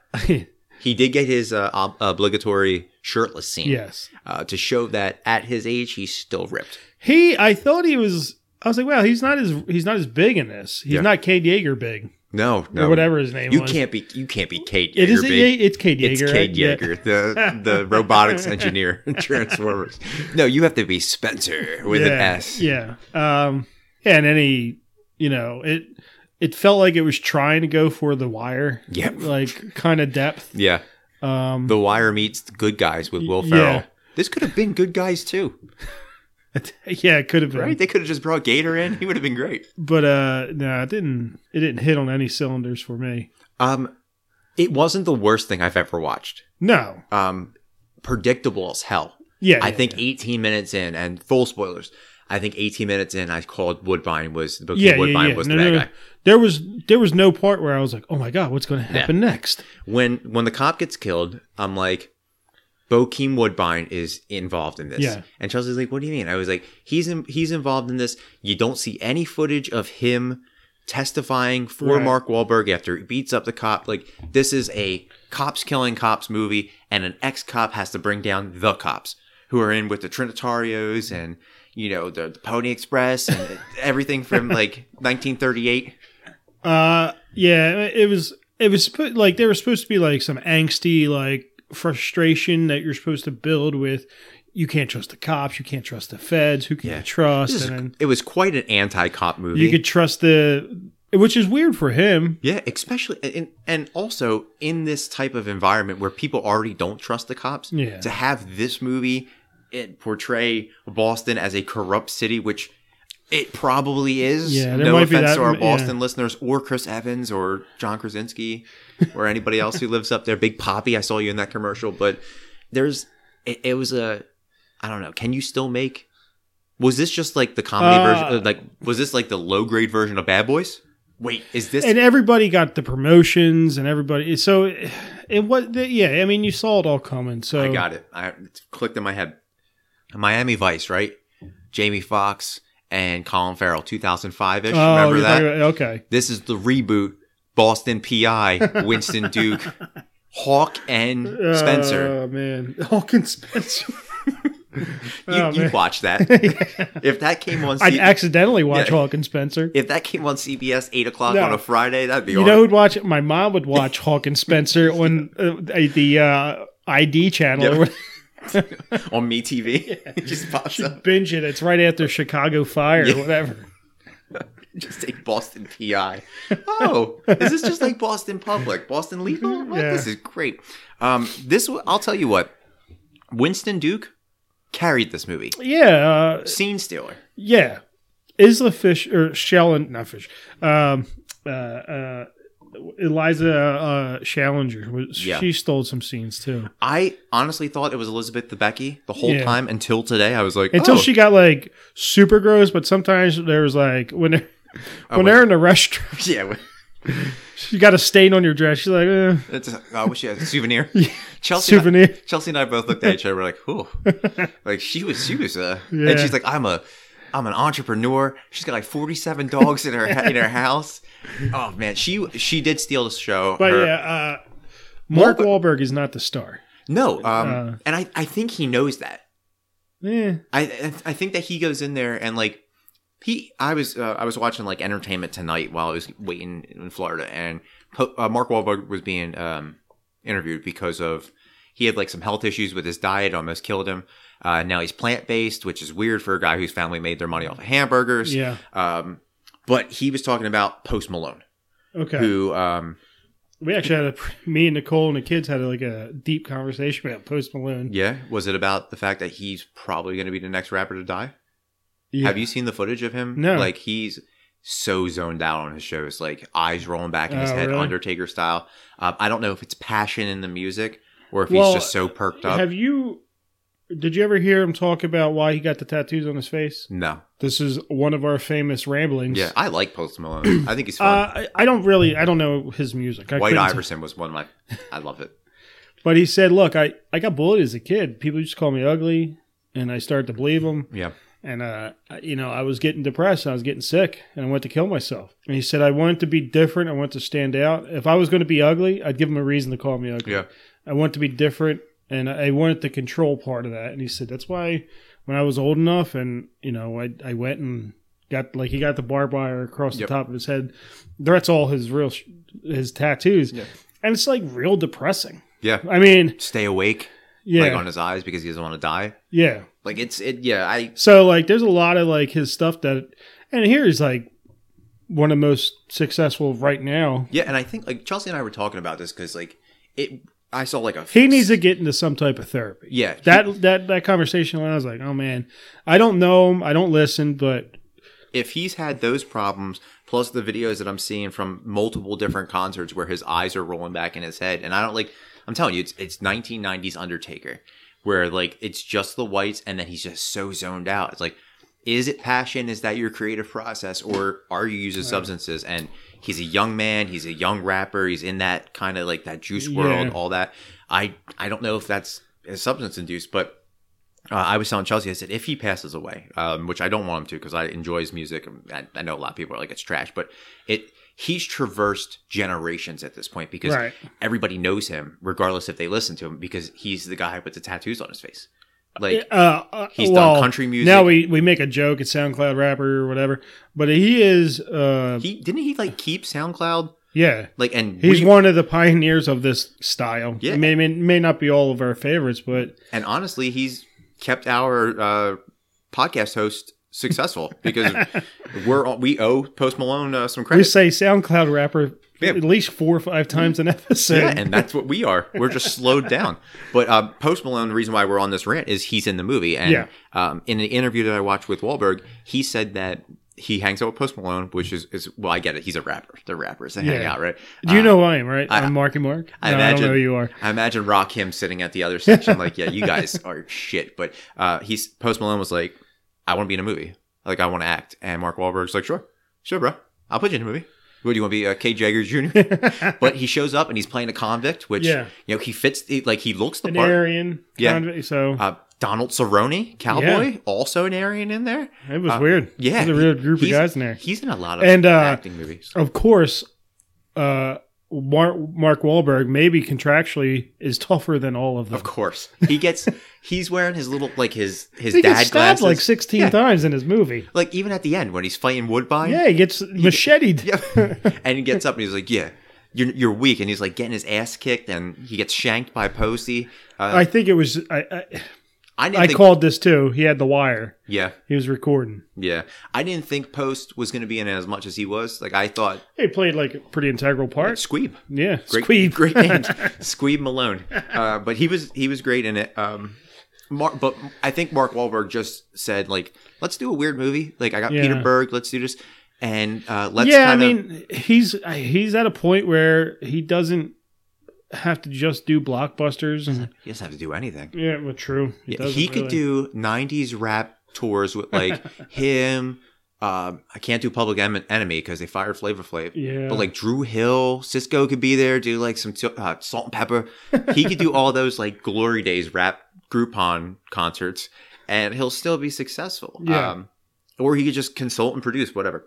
Speaker 1: He did get his uh, ob- obligatory shirtless scene
Speaker 2: yes.
Speaker 1: uh, to show that at his age he's still ripped.
Speaker 2: He. I thought he was. I was like, wow, he's not as he's not as big in this. He's
Speaker 1: Yeah.
Speaker 2: not Kate Yeager big
Speaker 1: No, no,
Speaker 2: or whatever his name
Speaker 1: You
Speaker 2: was.
Speaker 1: can't be. You can't be Kate.
Speaker 2: It
Speaker 1: Yeager,
Speaker 2: is.
Speaker 1: babe.
Speaker 2: It's Kate Yeager.
Speaker 1: It's Kate
Speaker 2: yeah.
Speaker 1: Yeager, the the robotics engineer in Transformers. No, you have to be Spencer with
Speaker 2: yeah,
Speaker 1: an S.
Speaker 2: Yeah. Um, yeah, and any, you know, it it felt like it was trying to go for the wire,
Speaker 1: Yep.
Speaker 2: like kind of depth.
Speaker 1: Yeah.
Speaker 2: Um,
Speaker 1: The Wire meets The Good Guys with Will
Speaker 2: Y-
Speaker 1: Ferrell.
Speaker 2: yeah.
Speaker 1: This could have been Good Guys too,
Speaker 2: yeah, it could have been,
Speaker 1: right? They could have just brought Gator in. He would have been great.
Speaker 2: but uh, no, it didn't. It didn't hit on any cylinders for me.
Speaker 1: Um, it wasn't the worst thing I've ever watched.
Speaker 2: No.
Speaker 1: Um, predictable as hell.
Speaker 2: Yeah,
Speaker 1: I
Speaker 2: yeah,
Speaker 1: think
Speaker 2: yeah.
Speaker 1: 18 minutes in, and full spoilers. I think 18 minutes in, I called Woodbine was the
Speaker 2: Yeah, yeah,
Speaker 1: Woodbine
Speaker 2: yeah.
Speaker 1: was
Speaker 2: No,
Speaker 1: the bad
Speaker 2: no, no.
Speaker 1: guy.
Speaker 2: There was there was no part where I was like, "Oh my god, what's going to happen next?"
Speaker 1: When when the cop gets killed, I'm like, Bokeem Woodbine is involved in this.
Speaker 2: Yeah.
Speaker 1: And Chelsea's like, "What do you mean?" I was like, "He's in, he's involved in this. You don't see any footage of him testifying for
Speaker 2: Right.
Speaker 1: Mark Wahlberg after he beats up the cop. Like this is a cops killing cops movie, and an ex cop has to bring down the cops who are in with the Trinitarios and you know the, the Pony Express and everything from like 1938.
Speaker 2: Uh, yeah, it was it was sp- like there was supposed to be like some angsty like frustration that you're supposed to build with. You can't trust the cops. You can't trust the feds. Who can
Speaker 1: Yeah.
Speaker 2: you trust?
Speaker 1: This is-
Speaker 2: and then
Speaker 1: it was quite an anti cop movie.
Speaker 2: you could trust the, which is weird for him.
Speaker 1: Yeah, especially and and also in this type of environment where people already don't trust the cops.
Speaker 2: Yeah.
Speaker 1: To have this movie it portray Boston as a corrupt city, which it probably is.
Speaker 2: Yeah, there
Speaker 1: no
Speaker 2: might be
Speaker 1: offense
Speaker 2: that-
Speaker 1: to our
Speaker 2: yeah.
Speaker 1: Boston listeners or Chris Evans or John Krasinski or anybody else who lives up there. Big Poppy, I saw you in that commercial, but there's it, it was a I don't know. Can you still make? Was this just like the comedy
Speaker 2: Uh,
Speaker 1: version? Like, was this like the low grade version of Bad Boys? Wait, is this
Speaker 2: And everybody got the promotions, and everybody. So it, it was. Yeah, I mean, you saw it all coming. So
Speaker 1: I got it. I it clicked in my head. Miami Vice, right? Jamie Fox and Colin Farrell, 2005 ish.
Speaker 2: Oh,
Speaker 1: Remember
Speaker 2: you're
Speaker 1: that?
Speaker 2: talking about- okay.
Speaker 1: this is the reboot Boston PI, Winston Duke, Hawk, and Spencer.
Speaker 2: Oh man, Hawkins Spencer.
Speaker 1: You,
Speaker 2: oh,
Speaker 1: you
Speaker 2: man.
Speaker 1: watch that. if that came on
Speaker 2: I'd
Speaker 1: C-
Speaker 2: accidentally watch
Speaker 1: Yeah.
Speaker 2: Hawkins Spencer.
Speaker 1: if that came on CBS eight o'clock
Speaker 2: No.
Speaker 1: on a Friday, that'd be
Speaker 2: You
Speaker 1: all
Speaker 2: know who'd watch it? My mom would watch Hawk and Spencer on uh, the uh, ID channel.
Speaker 1: Yeah.
Speaker 2: or whatever.
Speaker 1: on me TV. it just pops up.
Speaker 2: Binge it. It's right after Chicago Fire or whatever.
Speaker 1: Just take Boston PI. Oh, is this just like Boston Public, Boston Legal? What?
Speaker 2: Yeah.
Speaker 1: This is great. Um, this wa- I'll tell you what. Winston Duke carried this movie.
Speaker 2: Yeah, uh,
Speaker 1: Scene stealer.
Speaker 2: yeah. Isla Fish or Shell and not Fish. Um, uh, uh, Eliza uh, Challenger. was-
Speaker 1: Yeah.
Speaker 2: She stole some scenes too.
Speaker 1: I honestly thought it was Elizabeth the Becky the whole
Speaker 2: Yeah.
Speaker 1: time until today. I was like,
Speaker 2: Until
Speaker 1: oh,
Speaker 2: she got like super gross, but sometimes there was like when they're,
Speaker 1: I
Speaker 2: when
Speaker 1: wish-
Speaker 2: they're in the restaurant,
Speaker 1: yeah,
Speaker 2: you got a stain on your dress. She's like, eh,
Speaker 1: it's, I wish she had a souvenir. Chelsea, And
Speaker 2: souvenir.
Speaker 1: I, Chelsea and I both looked at each other. We're like, "Ooh, like she was, she was." Uh,
Speaker 2: Yeah.
Speaker 1: And she's like, "I'm a, I'm an entrepreneur." She's got like 47 dogs in her in her house. Oh man, she she did steal the show.
Speaker 2: But
Speaker 1: Her-
Speaker 2: yeah, uh, Mark Wahlberg is not the star.
Speaker 1: no, um,
Speaker 2: Uh.
Speaker 1: and I I think he knows that.
Speaker 2: Eh,
Speaker 1: I I- I think that he goes in there and like he I was uh, I was watching like Entertainment Tonight while I was waiting in Florida and Po- uh, Mark Wahlberg was being um, interviewed because of he had like some health issues with his diet almost killed him. Uh, now he's plant based, which is weird for a guy whose family made their money off of hamburgers.
Speaker 2: yeah.
Speaker 1: Um, but he was talking about Post Malone,
Speaker 2: Okay.
Speaker 1: who um,
Speaker 2: We actually had a me and Nicole and the kids had like a deep conversation about Post Malone.
Speaker 1: yeah was it about the fact that he's probably going to be the next rapper to die?
Speaker 2: Yeah.
Speaker 1: Have you seen the footage of him?
Speaker 2: No.
Speaker 1: Like he's so zoned out on his shows, like eyes rolling back in his
Speaker 2: Oh,
Speaker 1: head,
Speaker 2: really?
Speaker 1: Undertaker style. Um, I don't know if it's passion in the music or if
Speaker 2: Well,
Speaker 1: he's just so perked up.
Speaker 2: Have you? Did you ever hear him talk about why he got the tattoos on his face?
Speaker 1: no.
Speaker 2: This is one of our famous ramblings.
Speaker 1: Yeah, I like Post Malone. I think he's
Speaker 2: Uh,
Speaker 1: fun.
Speaker 2: I, I don't really, I don't know his music. I
Speaker 1: White
Speaker 2: couldn't-
Speaker 1: Iverson was one of my. I love it.
Speaker 2: But he said, "Look, I, I got bullied as a kid. People used to call me ugly, and I started to believe them.
Speaker 1: Yeah.
Speaker 2: And uh, I- you know, I was getting depressed. I was getting sick, and I went to kill myself. And he said, I wanted to be different. I wanted to stand out. If I was going to be ugly, I'd give him a reason to call me ugly.
Speaker 1: Yeah.
Speaker 2: I want to be different, and I wanted the control part of that. And he said, that's why when I was old enough, and you know, I I went and got like he got the barbed wire across
Speaker 1: Yep.
Speaker 2: the top of his head. That's all his real sh- his tattoos.
Speaker 1: Yeah.
Speaker 2: And it's like real depressing.
Speaker 1: Yeah.
Speaker 2: I mean,
Speaker 1: Stay awake,
Speaker 2: yeah,
Speaker 1: like on his eyes because he doesn't want to die.
Speaker 2: yeah.
Speaker 1: Like it's it. Yeah, I.
Speaker 2: So like, there's a lot of like his stuff that, and here he's like one of the most successful right now.
Speaker 1: Yeah, and I think like Chelsea and I were talking about this because like it. I saw like a.
Speaker 2: He needs to get into some type of therapy.
Speaker 1: Yeah.
Speaker 2: That that that conversation, I was like, oh man, I don't know him, I don't listen, but
Speaker 1: if he's had those problems plus the videos that i'm seeing from multiple different concerts where his eyes are rolling back in his head and i don't like i'm telling you it's, it's 1990s undertaker where like it's just the whites and then he's just so zoned out it's like is it passion is that your creative process or are you using substances and he's a young man he's a young rapper he's in that kind of like that juice world
Speaker 2: Yeah.
Speaker 1: all that i i don't know if that's substance induced but uh, I was telling Chelsea, I said, if he passes away, um, which I don't want him to because I enjoy his music. and I, I know a lot of people are like, it's trash, but it he's traversed generations at this point because
Speaker 2: Right.
Speaker 1: everybody knows him, regardless if they listen to him, because he's the guy with the tattoos on his face. Like,
Speaker 2: uh, uh,
Speaker 1: he's
Speaker 2: well,
Speaker 1: done country music.
Speaker 2: Now we, we make a joke at SoundCloud rapper or whatever, but he is uh
Speaker 1: he didn't he like keep SoundCloud
Speaker 2: yeah
Speaker 1: like and
Speaker 2: he's
Speaker 1: re-
Speaker 2: one of the pioneers of this style.
Speaker 1: Yeah.
Speaker 2: It may, may may not be all of our favorites, but
Speaker 1: and honestly, he's kept our uh, podcast host successful because we're all- we owe Post Malone uh, some credit.
Speaker 2: we say SoundCloud rapper
Speaker 1: Yeah.
Speaker 2: at least four or five times an episode.
Speaker 1: Yeah, and that's what we are. We're just slowed down. But uh, Post Malone, the reason why we're on this rant is he's in the movie, and
Speaker 2: Yeah.
Speaker 1: um, in an interview that I watched with Wahlberg, he said that he hangs out with Post Malone, which is, is well, I get it. He's a rapper. They're rappers. They hang
Speaker 2: Yeah.
Speaker 1: out, right?
Speaker 2: Do you
Speaker 1: Uh,
Speaker 2: know who I am, right?
Speaker 1: I-
Speaker 2: I, am Marky Mark.
Speaker 1: I
Speaker 2: No,
Speaker 1: imagine-
Speaker 2: don't know who you are.
Speaker 1: I imagine Rock him sitting at the other section, like, yeah, you guys are shit. But uh, he's Post Malone was like, I want to be in a movie. Like, I want to act. And Mark Wahlberg's like, sure, sure, bro, I'll put you in a movie. What do you want to be, uh, K. Jaggers Jr.? but he shows up and he's playing a convict, which
Speaker 2: Yeah.
Speaker 1: you know he fits. The, like he looks the
Speaker 2: An
Speaker 1: part.
Speaker 2: Aryan.
Speaker 1: Yeah.
Speaker 2: kind of- so
Speaker 1: Uh, Donald Cerrone, cowboy, also an Aryan in there.
Speaker 2: it was
Speaker 1: uh,
Speaker 2: weird.
Speaker 1: yeah,
Speaker 2: It was a weird group of
Speaker 1: he's-
Speaker 2: guys in there.
Speaker 1: He's in a lot of
Speaker 2: And, uh,
Speaker 1: acting movies.
Speaker 2: Of course, uh, Mark, Mark Wahlberg maybe contractually is tougher than all of them.
Speaker 1: Of course, he gets. he's wearing his little like his his
Speaker 2: he
Speaker 1: dad
Speaker 2: gets stabbed
Speaker 1: glasses.
Speaker 2: like 16
Speaker 1: Yeah.
Speaker 2: times in his movie.
Speaker 1: Like even at the end when he's fighting Woodbine.
Speaker 2: Yeah, he gets macheted.
Speaker 1: Yep. and he gets up and he's like, "Yeah, you're you're weak," and he's like getting his ass kicked, and he gets shanked by Posey. Uh,
Speaker 2: I think it was. I I,
Speaker 1: I didn't
Speaker 2: I
Speaker 1: think.
Speaker 2: called this too. He had the wire.
Speaker 1: yeah,
Speaker 2: He was recording.
Speaker 1: yeah. I didn't think Post was going to be in it as much as he was. Like I thought,
Speaker 2: He played like a pretty integral part.
Speaker 1: Squeeb.
Speaker 2: Yeah,
Speaker 1: Great,
Speaker 2: Squeeb.
Speaker 1: great name, Squeeb Malone. Uh, but he was he was great in it. Um, Mark, but I think Mark Wahlberg just said like, "Let's do a weird movie." Like I got
Speaker 2: Yeah.
Speaker 1: Peter Berg. Let's do this. and uh, let's
Speaker 2: yeah,
Speaker 1: kind
Speaker 2: I
Speaker 1: of
Speaker 2: mean, he's he's at a point where he doesn't have to just do blockbusters. And,
Speaker 1: he doesn't have to do anything.
Speaker 2: yeah, well, true.
Speaker 1: Mm-hmm. Yeah,
Speaker 2: doesn't
Speaker 1: he could do
Speaker 2: really.
Speaker 1: '90s rap tours with like him. Um, I can't do Public Em- Enemy because they fired Flavor Flav.
Speaker 2: Yeah,
Speaker 1: But like Drew Hill, Cisco could be there, do like some t- uh, salt and pepper. He could do all those like glory days rap Groupon concerts, and he'll still be successful.
Speaker 2: Yeah.
Speaker 1: Um, or he could just consult and produce whatever.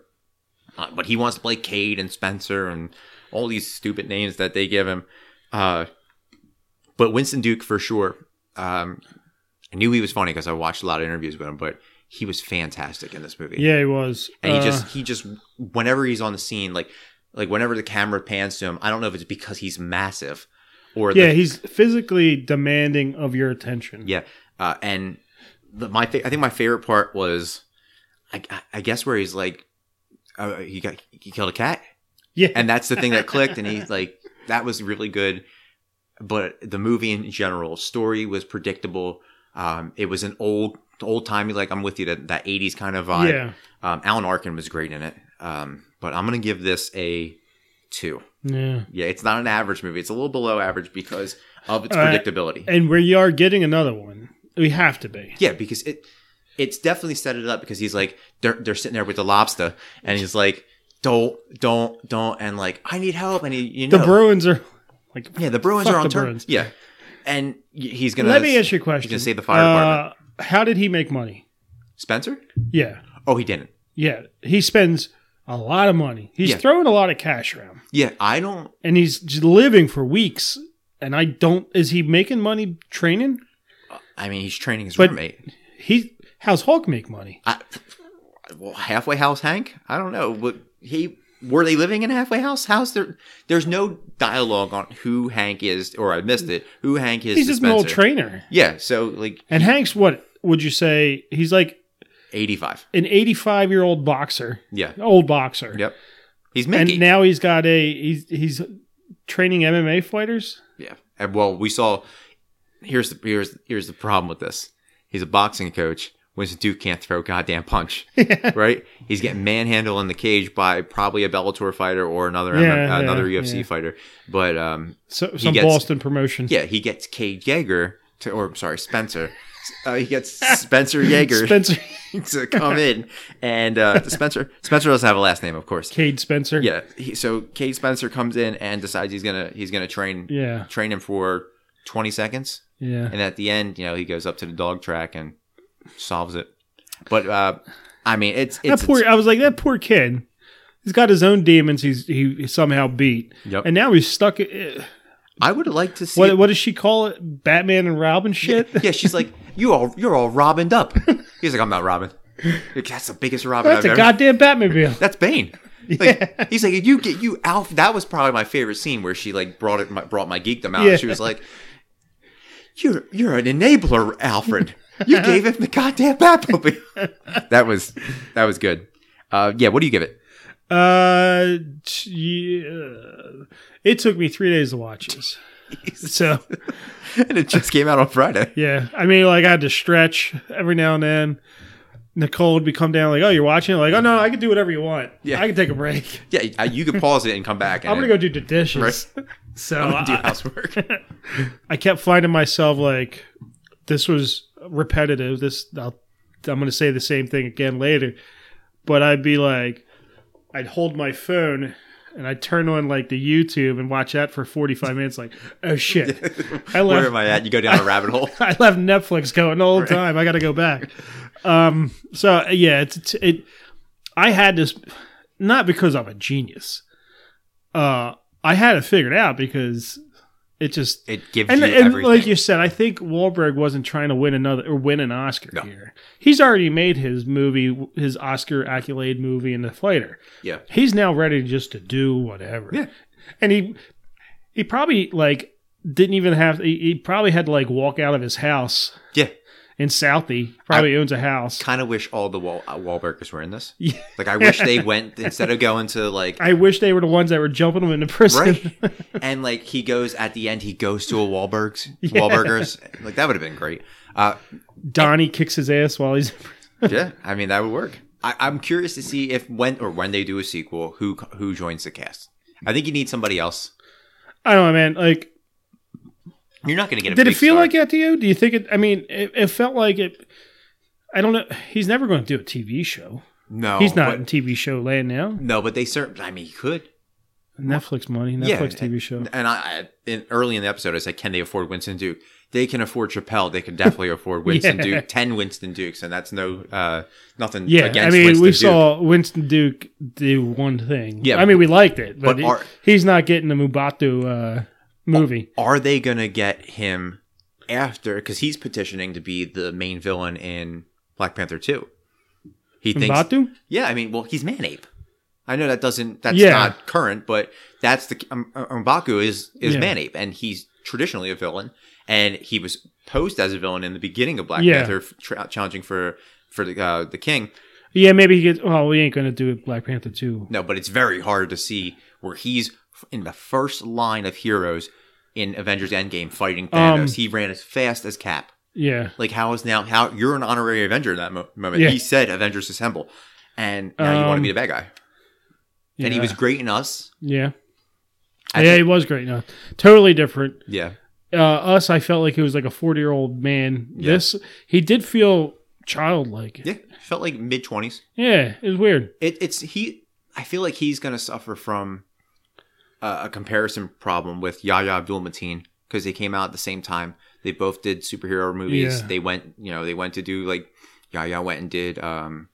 Speaker 1: Uh, but he wants to play Cade and Spencer and all these stupid names that they give him. Uh, but Winston Duke for sure. Um, I knew he was funny because I watched a lot of interviews with him, but he was fantastic in this movie
Speaker 2: yeah, he was.
Speaker 1: and he
Speaker 2: Uh,
Speaker 1: just he just whenever he's on the scene like like whenever the camera pans to him i don't know if it's because he's massive or
Speaker 2: yeah,
Speaker 1: the,
Speaker 2: he's physically demanding of your attention.
Speaker 1: yeah uh, and the, my fa- i think my favorite part was i, I- I guess where he's like uh, he got he killed a cat
Speaker 2: yeah,
Speaker 1: and that's the thing that clicked and he's like that was really good but the movie in general story was predictable um, it was an old old timey like i'm with you that, that 80s kind of vibe
Speaker 2: yeah,
Speaker 1: Um, Alan Arkin was great in it, um, but I'm gonna give this a two.
Speaker 2: yeah.
Speaker 1: Yeah, it's not an average movie. It's a little below average because of its
Speaker 2: All right.
Speaker 1: predictability.
Speaker 2: And we are getting another one. We have to be.
Speaker 1: yeah, because it it's definitely set it up because he's like they're they're sitting there with the lobster and he's like don't don't don't and like I need help and he you know
Speaker 2: The Bruins are like.
Speaker 1: yeah the Bruins
Speaker 2: fuck
Speaker 1: are on
Speaker 2: the
Speaker 1: turn
Speaker 2: Bruins.
Speaker 1: yeah and y- he's gonna
Speaker 2: Let me ask you a question.
Speaker 1: gonna say the fire
Speaker 2: Uh, how did he make money?
Speaker 1: Spencer
Speaker 2: Yeah,
Speaker 1: oh he didn't
Speaker 2: yeah. He spends a lot of money. He's
Speaker 1: Yeah.
Speaker 2: throwing a lot of cash around,
Speaker 1: yeah I don't
Speaker 2: and he's j- living for weeks. And I don't. Is he making money training?
Speaker 1: I mean he's training his
Speaker 2: But-
Speaker 1: roommate
Speaker 2: He how's Hulk make money?
Speaker 1: I, well, halfway house Hank. I don't know, but he were they living in a halfway house? House there? There's no dialogue on who Hank is, or I missed it. Who Hank is?
Speaker 2: He's
Speaker 1: to
Speaker 2: just an old
Speaker 1: Spencer.
Speaker 2: trainer.
Speaker 1: Yeah, so like
Speaker 2: And Hank's what would you say? He's like
Speaker 1: 85.
Speaker 2: an 85 year old boxer,
Speaker 1: Yeah,
Speaker 2: old boxer.
Speaker 1: Yep. he's
Speaker 2: And
Speaker 1: Mickey.
Speaker 2: now he's got a he's he's training MMA fighters.
Speaker 1: yeah, and well, we saw. Here's the here's here's the problem with this. He's a boxing coach. Winston Duke can't throw a goddamn punch, right? He's getting manhandled in the cage by probably a Bellator fighter or another
Speaker 2: Yeah,
Speaker 1: MM
Speaker 2: yeah,
Speaker 1: another UFC
Speaker 2: yeah.
Speaker 1: fighter. But um,
Speaker 2: So, some
Speaker 1: gets-
Speaker 2: Boston promotion.
Speaker 1: Yeah, he gets Cade Yeager to, or I'm sorry, Spencer. Uh, he gets Spencer Yeager
Speaker 2: Spencer
Speaker 1: to come in, and uh, Spencer Spencer doesn't have a last name, of course.
Speaker 2: Cade Spencer.
Speaker 1: Yeah, he, so Cade Spencer comes in and decides he's gonna he's gonna train
Speaker 2: Yeah.
Speaker 1: train him for 20 seconds,
Speaker 2: Yeah.
Speaker 1: and at the end, you know, he goes up to the dog track and solves it. But uh, I mean, it's
Speaker 2: That
Speaker 1: it's,
Speaker 2: poor I was like that poor kid. He's got his own demons he's he somehow beat.
Speaker 1: Yep.
Speaker 2: And now he's stuck eh,
Speaker 1: I would like to see
Speaker 2: what what does she call it? Batman and Robin shit?
Speaker 1: Yeah, she's like, you all you're all robined up. He's like, I'm not Robin. Like, That's the biggest Robin
Speaker 2: That's
Speaker 1: I've
Speaker 2: a
Speaker 1: ever
Speaker 2: goddamn Batmobile.
Speaker 1: That's Bane. Like, He's like, you get you Alf. That was probably my favorite scene where she like brought it, my, brought my geekdom out.
Speaker 2: Yeah.
Speaker 1: And she was like, "You're you're an enabler, Alfred. You gave him the goddamn Batmobile." that was that was good. Uh, yeah, what do you give it?
Speaker 2: Uh, t- yeah. it took me three days to watch this. So
Speaker 1: And it just came out on Friday.
Speaker 2: yeah, I mean, like I had to stretch every now and then. Nicole would be come down like, "Oh, you're watching?" it? Like, "Oh no, I can do whatever you want.
Speaker 1: Yeah.
Speaker 2: I can take a break.
Speaker 1: Yeah, uh, you could pause it and come back. And
Speaker 2: I'm gonna go do the dishes."
Speaker 1: Right.
Speaker 2: So
Speaker 1: I'm gonna do
Speaker 2: I,
Speaker 1: housework.
Speaker 2: I kept finding myself like, "This was repetitive. This I'll, I'm gonna say the same thing again later." But I'd be like, I'd hold my phone. And I'd turn on like the YouTube and watch that for 45 minutes. Like, oh shit. I
Speaker 1: Where
Speaker 2: left
Speaker 1: am I at? You go down a rabbit hole.
Speaker 2: I left Netflix going all the time. I got to go back. Um, so yeah, it's, it's it. I had this not because I'm a genius. Uh, I had it figured out because it just
Speaker 1: It gives
Speaker 2: and,
Speaker 1: you
Speaker 2: and
Speaker 1: everything.
Speaker 2: like you said, I think Wahlberg wasn't trying to win another or win an Oscar
Speaker 1: No.
Speaker 2: here. He's already made his movie, his Oscar accolade movie in The Fighter.
Speaker 1: yeah,
Speaker 2: He's now ready just to do whatever.
Speaker 1: Yeah.
Speaker 2: And he he probably like didn't even have he, he probably had to like walk out of his house
Speaker 1: yeah.
Speaker 2: in Southie. Probably owns a house.
Speaker 1: Kind of wish all the Wal- uh, Wahlbergers were in this.
Speaker 2: Yeah.
Speaker 1: Like I wish they went instead of going to like
Speaker 2: I wish they were the ones that were jumping him into prison.
Speaker 1: right? and like he goes at the end, he goes to a Wahlberg's, Wahlburgers. Like that would have been great. Uh,
Speaker 2: Donnie kicks his ass while he's
Speaker 1: yeah, I mean that would work. I, I'm curious to see if when or when they do a sequel, who who joins the cast. I think you need somebody else.
Speaker 2: I don't know, man. Like,
Speaker 1: You're not going to get. A
Speaker 2: did it
Speaker 1: big
Speaker 2: feel
Speaker 1: star.
Speaker 2: like that to you? Do you think it? I mean, it, it felt like it. I don't know. He's never going to do a TV show.
Speaker 1: No,
Speaker 2: He's not in
Speaker 1: But,
Speaker 2: TV show land now.
Speaker 1: no, but they certainly. I mean, he could.
Speaker 2: Netflix money, Netflix
Speaker 1: Yeah,
Speaker 2: TV show.
Speaker 1: And I, I in, early in the episode, I said, "Can they afford Winston Duke? They can afford Chappelle. They can definitely afford Winston
Speaker 2: Yeah.
Speaker 1: Duke. Ten Winston Dukes, and that's no uh, nothing.
Speaker 2: Yeah,
Speaker 1: against
Speaker 2: I mean,
Speaker 1: Winston
Speaker 2: we
Speaker 1: Duke.
Speaker 2: saw Winston Duke do one thing.
Speaker 1: Yeah,
Speaker 2: I mean, we liked it, but,
Speaker 1: but
Speaker 2: he-
Speaker 1: are-
Speaker 2: he's not getting the Mubatu uh, movie.
Speaker 1: Are they going to get him after? Because he's petitioning to be the main villain in Black Panther Two. He thinks.
Speaker 2: Mubatu?
Speaker 1: Yeah, I mean, well, he's Manape. I know that doesn't. That's
Speaker 2: Yeah.
Speaker 1: not current, but that's the um, um, M'Baku is is
Speaker 2: Yeah.
Speaker 1: Manape, and he's traditionally a villain, and he was posed as a villain in the beginning of Black
Speaker 2: Yeah.
Speaker 1: Panther, f- tra- challenging for for the uh, the king.
Speaker 2: Yeah, maybe he gets. Well, we ain't gonna do it. Black Panther two.
Speaker 1: No, but it's very hard to see where he's f- in the first line of heroes in Avengers Endgame fighting Thanos.
Speaker 2: Um,
Speaker 1: he ran as fast as Cap.
Speaker 2: Yeah,
Speaker 1: Like how is now how you're an honorary Avenger in that mo- moment?
Speaker 2: Yeah.
Speaker 1: He said Avengers assemble, and now you want to
Speaker 2: Um,
Speaker 1: be the bad guy.
Speaker 2: yeah.
Speaker 1: And he was great in Us.
Speaker 2: Yeah,
Speaker 1: I
Speaker 2: yeah,
Speaker 1: think-
Speaker 2: he was great. No, totally different.
Speaker 1: yeah.
Speaker 2: Uh, us, I felt like he was like a forty year old man.
Speaker 1: Yeah.
Speaker 2: This, he did feel childlike.
Speaker 1: Yeah, felt like mid twenties.
Speaker 2: Yeah, it was weird.
Speaker 1: It, it's he. I feel like he's gonna suffer from uh, a comparison problem with Yahya Abdul Mateen because they came out at the same time. They both did superhero movies.
Speaker 2: Yeah.
Speaker 1: They went, you know, they went to do like Yahya went and did, um,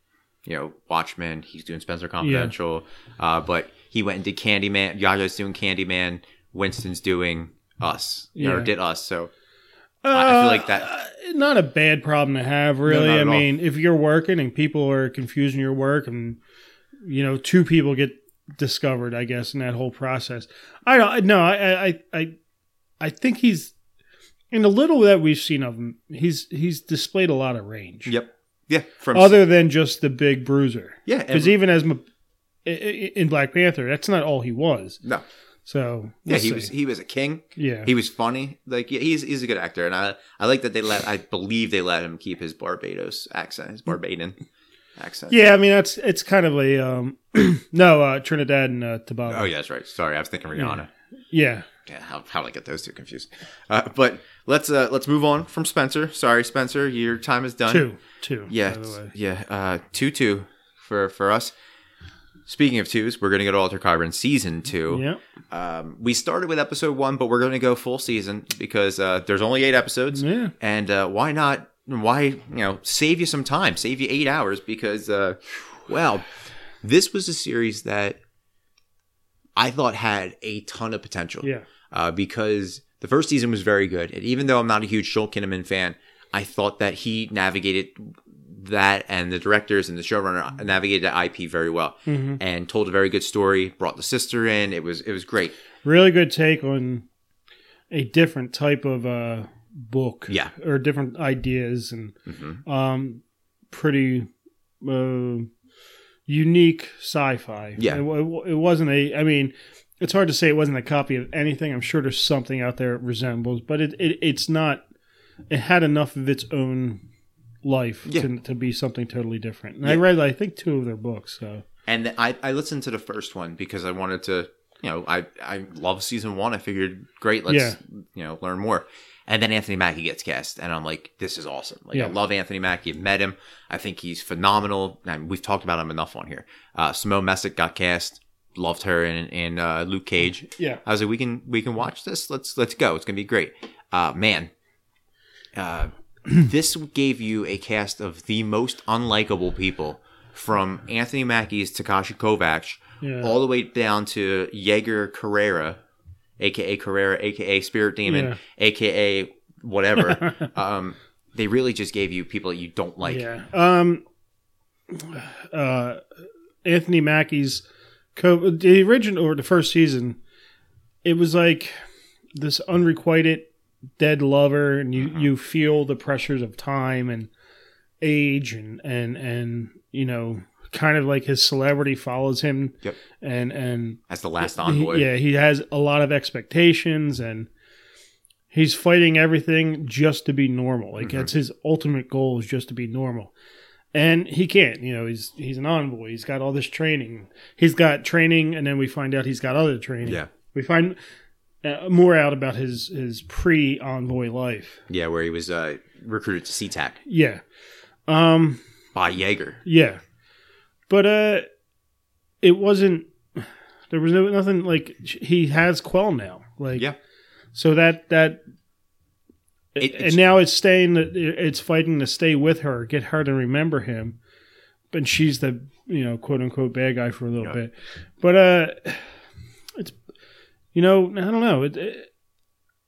Speaker 1: you know, Watchmen. He's doing Spencer Confidential, uh, but he went and did Candyman. Yahya's doing Candyman. Winston's doing Us, you know, or
Speaker 2: Yeah.
Speaker 1: did Us. So I- I feel like that-
Speaker 2: Uh, Not a bad problem to have, really.
Speaker 1: not
Speaker 2: I
Speaker 1: at all.
Speaker 2: mean, if you're working and people are confusing your work, and you know, two people get discovered, I guess, in that whole process. I don't. No, I, I, I, I think he's in the little that we've seen of him. He's he's displayed a lot of range.
Speaker 1: yep, yeah, from
Speaker 2: Other than just the big bruiser,
Speaker 1: yeah,
Speaker 2: because
Speaker 1: and-
Speaker 2: even as M- i- i- in Black Panther, that's not all he was.
Speaker 1: no,
Speaker 2: So
Speaker 1: yeah,
Speaker 2: we'll
Speaker 1: he
Speaker 2: see.
Speaker 1: was he was a king.
Speaker 2: yeah.
Speaker 1: He was funny. Like yeah, he's he's a good actor, and I I like that they let I believe they let him keep his Barbados accent, his Barbadian accent.
Speaker 2: Yeah, I mean that's it's kind of a um no uh, Trinidad and uh, Tobago.
Speaker 1: Oh yeah, that's right. Sorry, I was thinking Rihanna.
Speaker 2: yeah,
Speaker 1: Yeah, how how did I get those two confused? Uh, but let's uh let's move on from Spencer. Sorry, Spencer, your time is done.
Speaker 2: two, two.
Speaker 1: Yeah,
Speaker 2: by the way.
Speaker 1: yeah. Uh, two two for for us. Speaking of twos, we're gonna go to Alter Carbon season two.
Speaker 2: yeah.
Speaker 1: Um, we started with episode one, but we're gonna go full season because uh, there's only eight episodes.
Speaker 2: Yeah.
Speaker 1: and uh, why not why you know save you some time save you eight hours because uh, well this was a series that i thought had a ton of potential
Speaker 2: Yeah.
Speaker 1: uh, because the first season was very good and even though i'm not a huge joel kinnaman fan i thought that he navigated that and the directors and the showrunner navigated the ip very well
Speaker 2: Mhm.
Speaker 1: and told a very good story brought the sister in it was it was great
Speaker 2: Really good take on a different type of uh book.
Speaker 1: Yeah.
Speaker 2: Or different ideas and
Speaker 1: Mhm.
Speaker 2: um pretty uh, unique sci-fi.
Speaker 1: Yeah.
Speaker 2: It, wa- it wasn't a I mean it's hard to say it wasn't a copy of anything. I'm sure there's something out there it resembles, but it, it it's not it had enough of its own life
Speaker 1: Yeah.
Speaker 2: to, to be something totally different. And I
Speaker 1: Yeah.
Speaker 2: read I think two of their books, so
Speaker 1: And I, I listened to the first one because I wanted to, you know, I, I love season one. I figured, great, let's,
Speaker 2: Yeah.
Speaker 1: you know, learn more. And then Anthony Mackie gets cast, and I'm like, this is awesome. Like, I
Speaker 2: Yeah.
Speaker 1: love Anthony Mackie. I've met him. I think he's phenomenal. And we've talked about him enough on here. Uh, Simone Messick got cast. Loved her in, in uh, Luke Cage.
Speaker 2: yeah.
Speaker 1: I was like, we can we can watch this. Let's let's go. It's gonna be great. Uh, man, uh, this gave you a cast of the most unlikable people from Anthony Mackie's Takashi Kovacs
Speaker 2: Yeah.
Speaker 1: all the way down to Jaeger Carrera, aka Carrera, aka Spirit Demon,
Speaker 2: Yeah.
Speaker 1: aka whatever. um, they really just gave you people that you don't like.
Speaker 2: yeah. Um, uh, Anthony Mackie's co- the original or the first season, it was like this unrequited dead lover, and
Speaker 1: Mm-hmm.
Speaker 2: you you feel the pressures of time and age, and and and you know, kind of like his celebrity follows him,
Speaker 1: Yep.
Speaker 2: and and
Speaker 1: That's the last envoy.
Speaker 2: he- yeah, he has a lot of expectations and he's fighting everything just to be normal. Like that's his ultimate goal is just to be normal. and he can't. You know, he's he's an envoy. He's got all this training. He's got training, and then we find out he's got other training.
Speaker 1: Yeah.
Speaker 2: we find uh, more out about his his pre envoy life.
Speaker 1: Yeah, where he was uh, recruited to SeaTac
Speaker 2: Yeah, um,
Speaker 1: by Jaeger.
Speaker 2: yeah, but uh, it wasn't. There was no nothing like he has Quell now. Like
Speaker 1: Yeah.
Speaker 2: so that that.
Speaker 1: It- it's-
Speaker 2: and now it's staying. It's fighting to stay with her, get her to remember him, and she's the you know quote unquote bad guy for a little
Speaker 1: Yeah.
Speaker 2: bit. But uh, it's you know I don't know it. it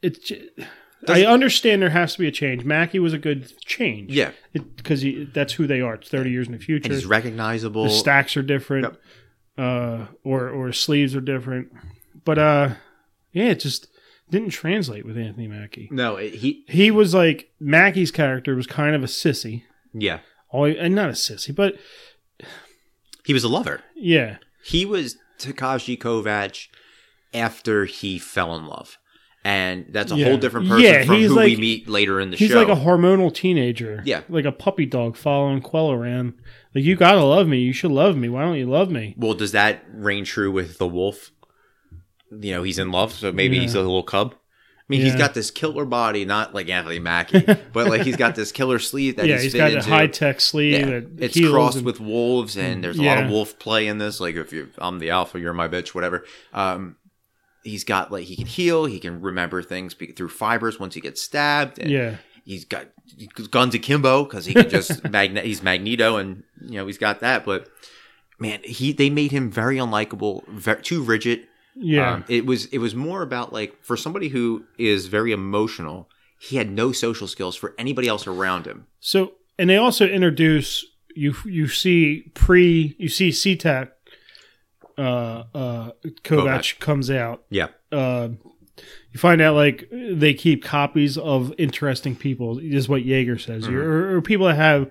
Speaker 2: it's j- I
Speaker 1: Doesn't-
Speaker 2: understand there has to be a change. Mackey was a good change.
Speaker 1: Yeah,
Speaker 2: because that's who they are. It's thirty years in the
Speaker 1: and
Speaker 2: future.
Speaker 1: he's recognizable.
Speaker 2: The stacks are different, uh, or or sleeves are different. But uh, yeah, it just didn't translate with Anthony Mackie.
Speaker 1: no, it, he.
Speaker 2: He was like Mackie's character was kind of a sissy,
Speaker 1: Yeah,
Speaker 2: all and not a sissy, but
Speaker 1: he was a lover.
Speaker 2: yeah,
Speaker 1: He was Takashi Kovacs after he fell in love, and that's a
Speaker 2: Yeah.
Speaker 1: whole different person
Speaker 2: Yeah,
Speaker 1: from
Speaker 2: he's
Speaker 1: who we
Speaker 2: like-
Speaker 1: meet later in the
Speaker 2: he's
Speaker 1: show.
Speaker 2: like a hormonal teenager.
Speaker 1: Yeah.
Speaker 2: like a puppy dog following Quell around. Like you gotta love me. You should love me. Why don't you love me?
Speaker 1: well, does that ring true with the wolf? You know, he's in love, so maybe
Speaker 2: Yeah.
Speaker 1: he's a little cub. I mean, he's
Speaker 2: Yeah.
Speaker 1: got this killer body, not like Anthony Mackie, but like he's got this killer sleeve that
Speaker 2: yeah,
Speaker 1: he's
Speaker 2: he's
Speaker 1: fit
Speaker 2: got a
Speaker 1: into.
Speaker 2: high tech sleeve.
Speaker 1: Yeah,
Speaker 2: that
Speaker 1: it's
Speaker 2: heals
Speaker 1: crossed
Speaker 2: and-
Speaker 1: with wolves, and there's a lot
Speaker 2: Yeah.
Speaker 1: of wolf play in this. Like if you, I'm the alpha, you're my bitch, whatever. Um, he's got like he can heal, he can remember things be- through fibers once he gets stabbed. And
Speaker 2: yeah,
Speaker 1: he's got guns akimbo because he can just magnet. He's Magneto, and you know he's got that. But man, he they made him very unlikable, very, too rigid.
Speaker 2: yeah.
Speaker 1: Um, it was it was more about like for somebody who is very emotional, he had no social skills for anybody else around him.
Speaker 2: So, and they also introduce you. You see pre. You see CTAC. Uh, uh, Kovac
Speaker 1: Kovac.
Speaker 2: comes out.
Speaker 1: Yeah.
Speaker 2: Uh, you find out like they keep copies of interesting people. Is what Jaeger says,
Speaker 1: Mm-hmm.
Speaker 2: or, or people that have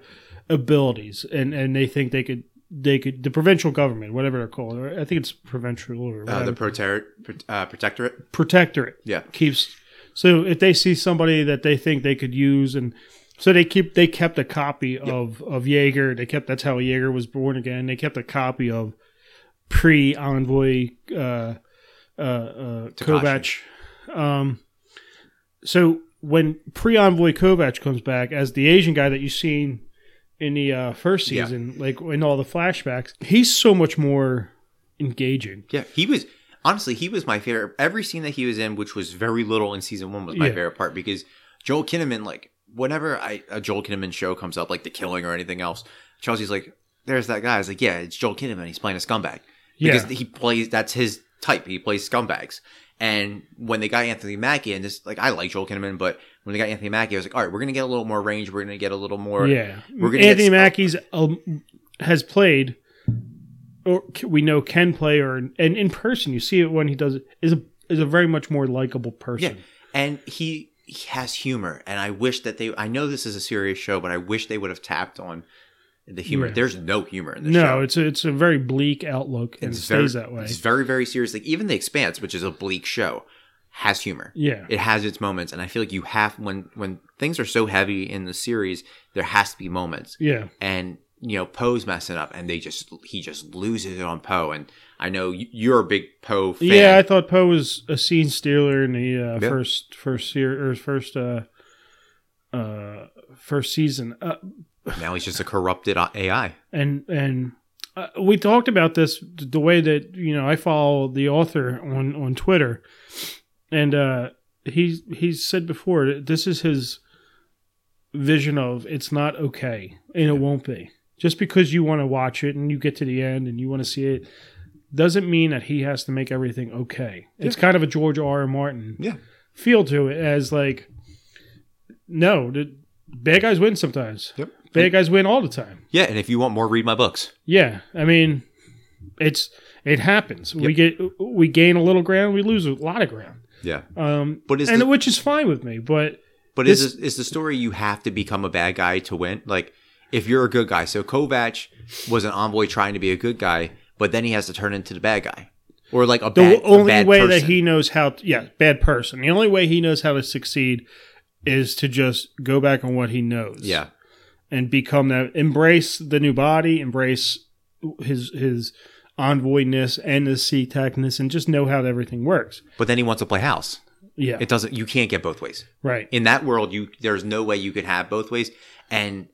Speaker 2: abilities, and and they think they could. They could the provincial government, whatever they're called. Or I think it's provincial or
Speaker 1: Uh,
Speaker 2: whatever.
Speaker 1: the proter- pro- uh, protectorate.
Speaker 2: protectorate
Speaker 1: Yeah.
Speaker 2: keeps. So if they see somebody that they think they could use, and so they keep they kept a copy of of Jaeger. They kept that's how Jaeger was born again. They kept a copy of pre envoy uh, uh, uh, Kovac.
Speaker 1: Takashi.
Speaker 2: Um, so when pre envoy Kovac comes back as the Asian guy that you seen in the uh, first
Speaker 1: Yeah.
Speaker 2: season, like in all the flashbacks, he's so much more engaging.
Speaker 1: Yeah, he was honestly he was my favorite. Every scene that he was in, which was very little in season one, was my
Speaker 2: Yeah.
Speaker 1: favorite part because Joel Kinnaman, like whenever I, a Joel Kinnaman show comes up, like The Killing or anything else, Chelsea's like, "There's that guy." I was like, "Yeah, it's Joel Kinnaman. He's playing a scumbag
Speaker 2: Yeah.
Speaker 1: because he plays that's his type. He plays scumbags." And when they got Anthony Mackie, and this like I like Joel Kinnaman, but when they got Anthony Mackie, I was like, "All right, we're gonna get a little more range. We're gonna get a little more."
Speaker 2: yeah,
Speaker 1: we're gonna
Speaker 2: Anthony
Speaker 1: get-
Speaker 2: Mackie's um, has played, or c- we know can play, or and in person you see it when he does it is a is a very much more likable person.
Speaker 1: and he he has humor and i wish that they i know this is a serious show but i wish they would have tapped on the humor
Speaker 2: Yeah.
Speaker 1: there's no humor in the
Speaker 2: no,
Speaker 1: show
Speaker 2: it's a, it's a very bleak outlook and stays that way.
Speaker 1: it's very very serious like even the expanse which is a bleak show has humor
Speaker 2: Yeah,
Speaker 1: it has its moments and i feel like you have when when things are so heavy in the series there has to be moments
Speaker 2: yeah,
Speaker 1: and you know poe's messing up and they just he just loses it on poe and i know y- you're a big poe fan
Speaker 2: yeah. I thought Poe was a scene stealer in the uh,
Speaker 1: Yeah.
Speaker 2: first first year or first uh uh first season. Uh,
Speaker 1: now he's just a corrupted uh, ai
Speaker 2: and and uh, we talked about this th- the way that you know I follow the author on on Twitter, and uh, he's he's said before that this is his vision of it's not okay and it won't be just because you want to watch it and you get to the end and you want to see it doesn't mean that he has to make everything okay. It's kind of a George R. R. Martin
Speaker 1: Yeah.
Speaker 2: feel to it as like no, the bad guys win sometimes.
Speaker 1: Yep.
Speaker 2: Bad guys win all the time.
Speaker 1: yeah and if you want more read my books
Speaker 2: Yeah, I mean, it's it happens. We get we gain a little ground, we lose a lot of ground,
Speaker 1: yeah
Speaker 2: um,
Speaker 1: But is
Speaker 2: and
Speaker 1: the-
Speaker 2: which is fine with me. But
Speaker 1: But
Speaker 2: This-
Speaker 1: is is the story you have to become a bad guy to win? Like if you're a good guy, so Kovac was an envoy trying to be a good guy, but then he has to turn into the bad guy, or like a
Speaker 2: the
Speaker 1: bad, a
Speaker 2: only
Speaker 1: bad
Speaker 2: way that
Speaker 1: person.
Speaker 2: he knows how, to, yeah, bad person. The only way he knows how to succeed is to just go back on what he knows.
Speaker 1: yeah
Speaker 2: and become that embrace the new body, embrace his his envoyness and his sea techness, and just know how everything works.
Speaker 1: But then he wants to play house.
Speaker 2: Yeah,
Speaker 1: It doesn't. You can't get both ways.
Speaker 2: right.
Speaker 1: in that world you there's no way you could have both ways and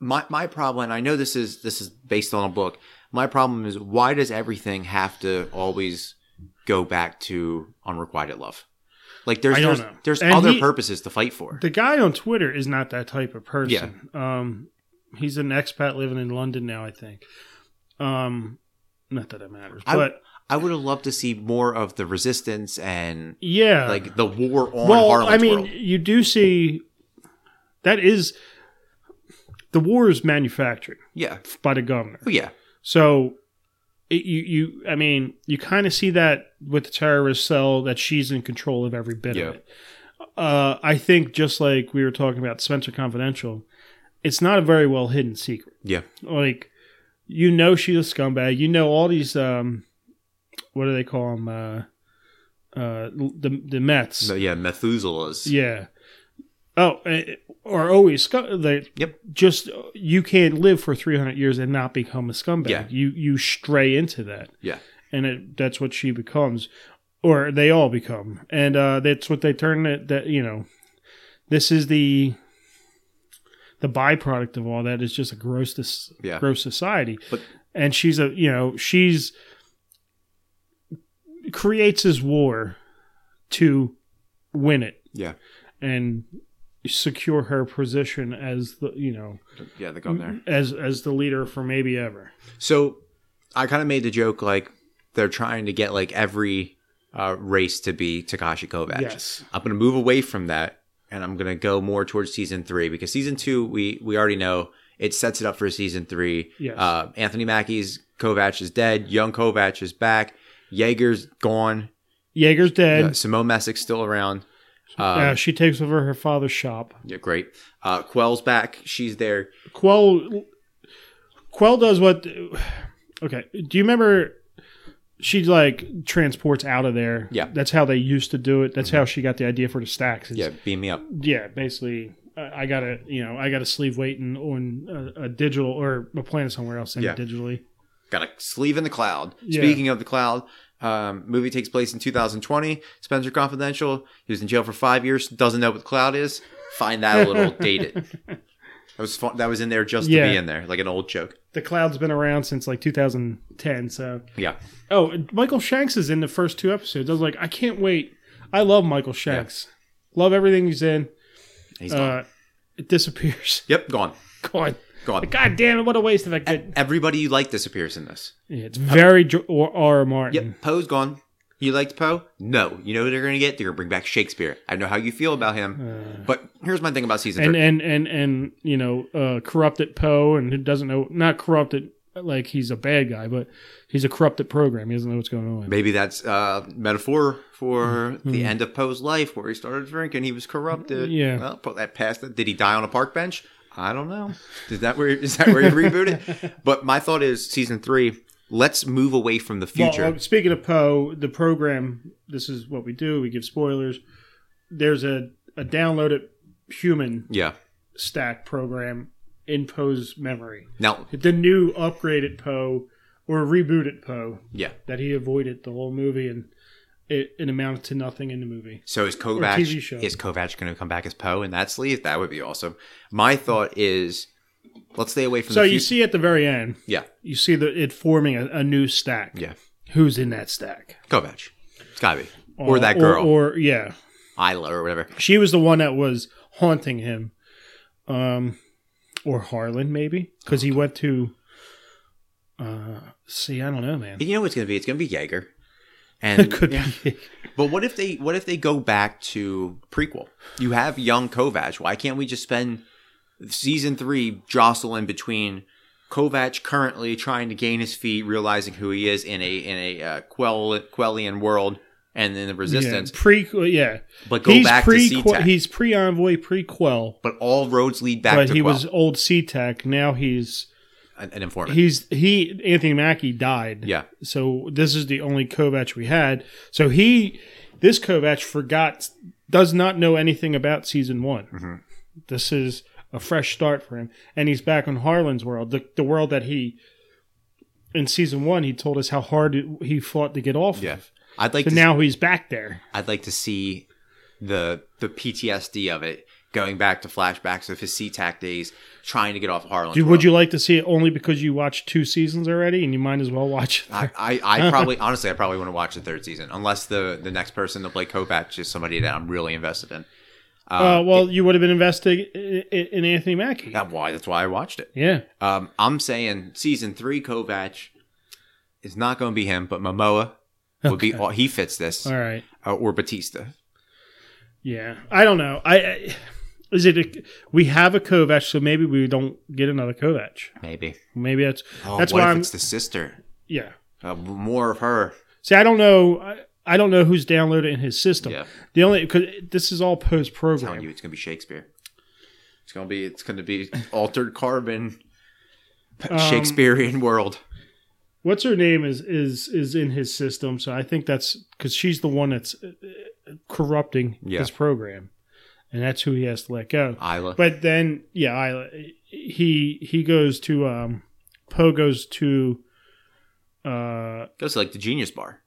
Speaker 1: my my problem and i know this is this is based on a book my problem is why does everything have to always go back to unrequited love like there's
Speaker 2: I don't
Speaker 1: there's,
Speaker 2: know.
Speaker 1: there's
Speaker 2: And
Speaker 1: other
Speaker 2: he-
Speaker 1: purposes to fight for
Speaker 2: The guy on Twitter is not that type of person. Um, he's an expat living in London now, I think. Um, not that it matters,
Speaker 1: I-
Speaker 2: but
Speaker 1: i would have loved to see more of the resistance and
Speaker 2: yeah,
Speaker 1: like the war on
Speaker 2: Uh, well,
Speaker 1: Harlan's
Speaker 2: I mean,
Speaker 1: world
Speaker 2: you do see that is the war is manufactured
Speaker 1: yeah
Speaker 2: by the governor.
Speaker 1: oh yeah
Speaker 2: So it, you you I mean you kind of see that with the terrorist cell that she's in control of every bit
Speaker 1: Yeah.
Speaker 2: of it. Uh, I think just like we were talking about Spencer Confidential, it's not a very well hidden secret.
Speaker 1: yeah
Speaker 2: Like you know she's a scumbag. You know all these um, what do they call them? Uh, uh, the the Mets.
Speaker 1: no, yeah methuselah's
Speaker 2: Yeah. Oh, eh, or always scu- they
Speaker 1: Yep.
Speaker 2: Just uh, you can't live for 300 years and not become a scumbag.
Speaker 1: Yeah.
Speaker 2: You you stray into that.
Speaker 1: Yeah.
Speaker 2: And it, that's what she becomes, or they all become, and uh, that's what they turn it. That you know, this is the the byproduct of all that is just a gross dis-
Speaker 1: yeah
Speaker 2: gross society.
Speaker 1: But-
Speaker 2: and she's a you know she's creates his war to win it
Speaker 1: yeah
Speaker 2: and secure her position as the you know
Speaker 1: yeah the governor
Speaker 2: as as the leader for maybe ever.
Speaker 1: So I kind of made the joke like they're trying to get like every uh, race to be Takashi Kovacs.
Speaker 2: Yes.
Speaker 1: I'm going to move away from that and I'm going to go more towards season three because season two, we, we already know it sets it up for season three.
Speaker 2: Yes.
Speaker 1: Uh, Anthony Mackie's Kovac is dead. Young Kovac is back. Jaeger's gone.
Speaker 2: Jaeger's dead.
Speaker 1: Uh, Simone Messick's still around.
Speaker 2: uh,
Speaker 1: Uh,
Speaker 2: she takes over her father's shop.
Speaker 1: yeah, great. Uh, Quell's back. She's there.
Speaker 2: Quell Quell does what Okay, do you remember she like transports out of there?
Speaker 1: Yeah. Mm-hmm.
Speaker 2: That's how they used to do it. That's how she got the idea for the stacks. is-
Speaker 1: Yeah, beam me up.
Speaker 2: yeah, basically I I got to you know, I got to sleeve waiting on a, a digital or a planet somewhere else and
Speaker 1: Yeah.
Speaker 2: digitally.
Speaker 1: got a sleeve in the cloud.
Speaker 2: Yeah.
Speaker 1: Speaking of the cloud, um, movie takes place in 2020. Spencer Confidential. He was in jail for five years. Doesn't know what the cloud is. Find that a little dated. That was fun. That was in there just to
Speaker 2: Yeah.
Speaker 1: be in there, like an old joke.
Speaker 2: The cloud's been around since like 2010, so
Speaker 1: Yeah,
Speaker 2: Oh, and Michael Shanks is in the first two episodes. I was like, I can't wait. I love Michael Shanks. Love everything he's in.
Speaker 1: he's gone.
Speaker 2: Uh, it disappears.
Speaker 1: yep, gone,
Speaker 2: God,
Speaker 1: gone.
Speaker 2: God damn it! What a waste of a good.
Speaker 1: Everybody you like disappears in this.
Speaker 2: Yeah, it's very Jo- or R. Martin.
Speaker 1: Yep, Poe's gone. You liked Poe? No. You know what they're gonna get? They're gonna bring back Shakespeare. I know how you feel about him, but here's my thing about season
Speaker 2: Uh. And
Speaker 1: three.
Speaker 2: and and and you know, uh, corrupted Poe, and who doesn't know? Not corrupted like he's a bad guy, but he's a corrupted program. He doesn't know what's going on.
Speaker 1: Maybe that's uh, metaphor for
Speaker 2: Mm-hmm.
Speaker 1: the end of Poe's life, where he started drinking. He was corrupted.
Speaker 2: Yeah.
Speaker 1: Well, put that past it. Did he die on a park bench? I don't know. Is that where is that where he rebooted? But my thought is season three. Let's move away from the future.
Speaker 2: Well, uh, speaking of Poe, the program, this is what we do. We give spoilers. There's a, a downloaded human
Speaker 1: yeah.
Speaker 2: stack program in Poe's memory.
Speaker 1: Now.
Speaker 2: The new upgraded Poe or rebooted Poe
Speaker 1: Yeah.
Speaker 2: that he avoided the whole movie and it, it amounted to nothing in the movie.
Speaker 1: So is Kovac
Speaker 2: TV show.
Speaker 1: is Kovac going to come back as Poe in that sleeve? That would be awesome. My thought is, let's stay away from.
Speaker 2: So
Speaker 1: the
Speaker 2: you
Speaker 1: fut-
Speaker 2: see at the very end,
Speaker 1: Yeah.
Speaker 2: you see the, it forming a, a new stack.
Speaker 1: Yeah.
Speaker 2: Who's in that stack?
Speaker 1: Kovac. It's gotta be or, that girl
Speaker 2: Or, or yeah.
Speaker 1: Isla or whatever.
Speaker 2: She was the one that was haunting him. Um or Harlan maybe cuz he went to uh see, I don't know, man.
Speaker 1: You know what it's going to be? It's going to be Jaeger. And
Speaker 2: It could be
Speaker 1: But what if they what if they go back to prequel? You have young Kovac. Why can't we just spend season three jostling between Kovac currently trying to gain his feet, realizing who he is in a in a uh, Quell, Quellian world, and then the Resistance,
Speaker 2: Yeah, pre, yeah.
Speaker 1: but go
Speaker 2: he's
Speaker 1: back
Speaker 2: pre,
Speaker 1: to C-Tech.
Speaker 2: he's pre envoy pre quell,
Speaker 1: but all roads lead back
Speaker 2: but
Speaker 1: to
Speaker 2: he
Speaker 1: Quell,
Speaker 2: was old SeaTac. Now he's
Speaker 1: an, an informant.
Speaker 2: he's he Anthony Mackie died.
Speaker 1: yeah,
Speaker 2: So this is the only Kovac we had. So he this Kovac forgot does not know anything about season one. This is a fresh start for him, and he's back on Harlan's world, the, the world that he in season one he told us how hard it- he fought to get off
Speaker 1: Yeah.
Speaker 2: of.
Speaker 1: I'd like
Speaker 2: So
Speaker 1: to
Speaker 2: now he's back there.
Speaker 1: I'd like to see the the PTSD of it going back to flashbacks of his SeaTac days trying to get off Harlan.
Speaker 2: Dude, would you like to see it only because you watched two seasons already, and you might as well watch it?
Speaker 1: I, I, I probably honestly I probably want to watch the third season unless the the next person to play Kovac is somebody that I'm really invested in. Um,
Speaker 2: Uh, well, you would have been invested i- i- in Anthony Mackie.
Speaker 1: That's why that's why I watched it.
Speaker 2: Yeah.
Speaker 1: Um, I'm saying season three Kovac is not going to be him, but Momoa would be all he fits this
Speaker 2: All right.
Speaker 1: uh, or Batista.
Speaker 2: Yeah, I don't know. I, I is it a, we have a Kovac, so maybe we don't get another Kovac.
Speaker 1: Maybe.
Speaker 2: Maybe that's
Speaker 1: Oh,
Speaker 2: that's
Speaker 1: what
Speaker 2: why
Speaker 1: if
Speaker 2: I'm.
Speaker 1: it's the sister?
Speaker 2: Yeah.
Speaker 1: Uh, more of her.
Speaker 2: See, I don't know. I, I don't know who's downloaded in his system.
Speaker 1: Yeah.
Speaker 2: The only because this is all post
Speaker 1: telling you
Speaker 2: program.
Speaker 1: it's gonna be Shakespeare. It's gonna be it's gonna be altered carbon
Speaker 2: Um,
Speaker 1: Shakespearean world.
Speaker 2: What's her name is is is in his system, so I think that's because she's the one that's uh, uh, corrupting
Speaker 1: Yeah.
Speaker 2: his program, and that's who he has to let go.
Speaker 1: Isla.
Speaker 2: But then, yeah, I, he he goes to um, Poe goes to uh,
Speaker 1: Goes to like the genius bar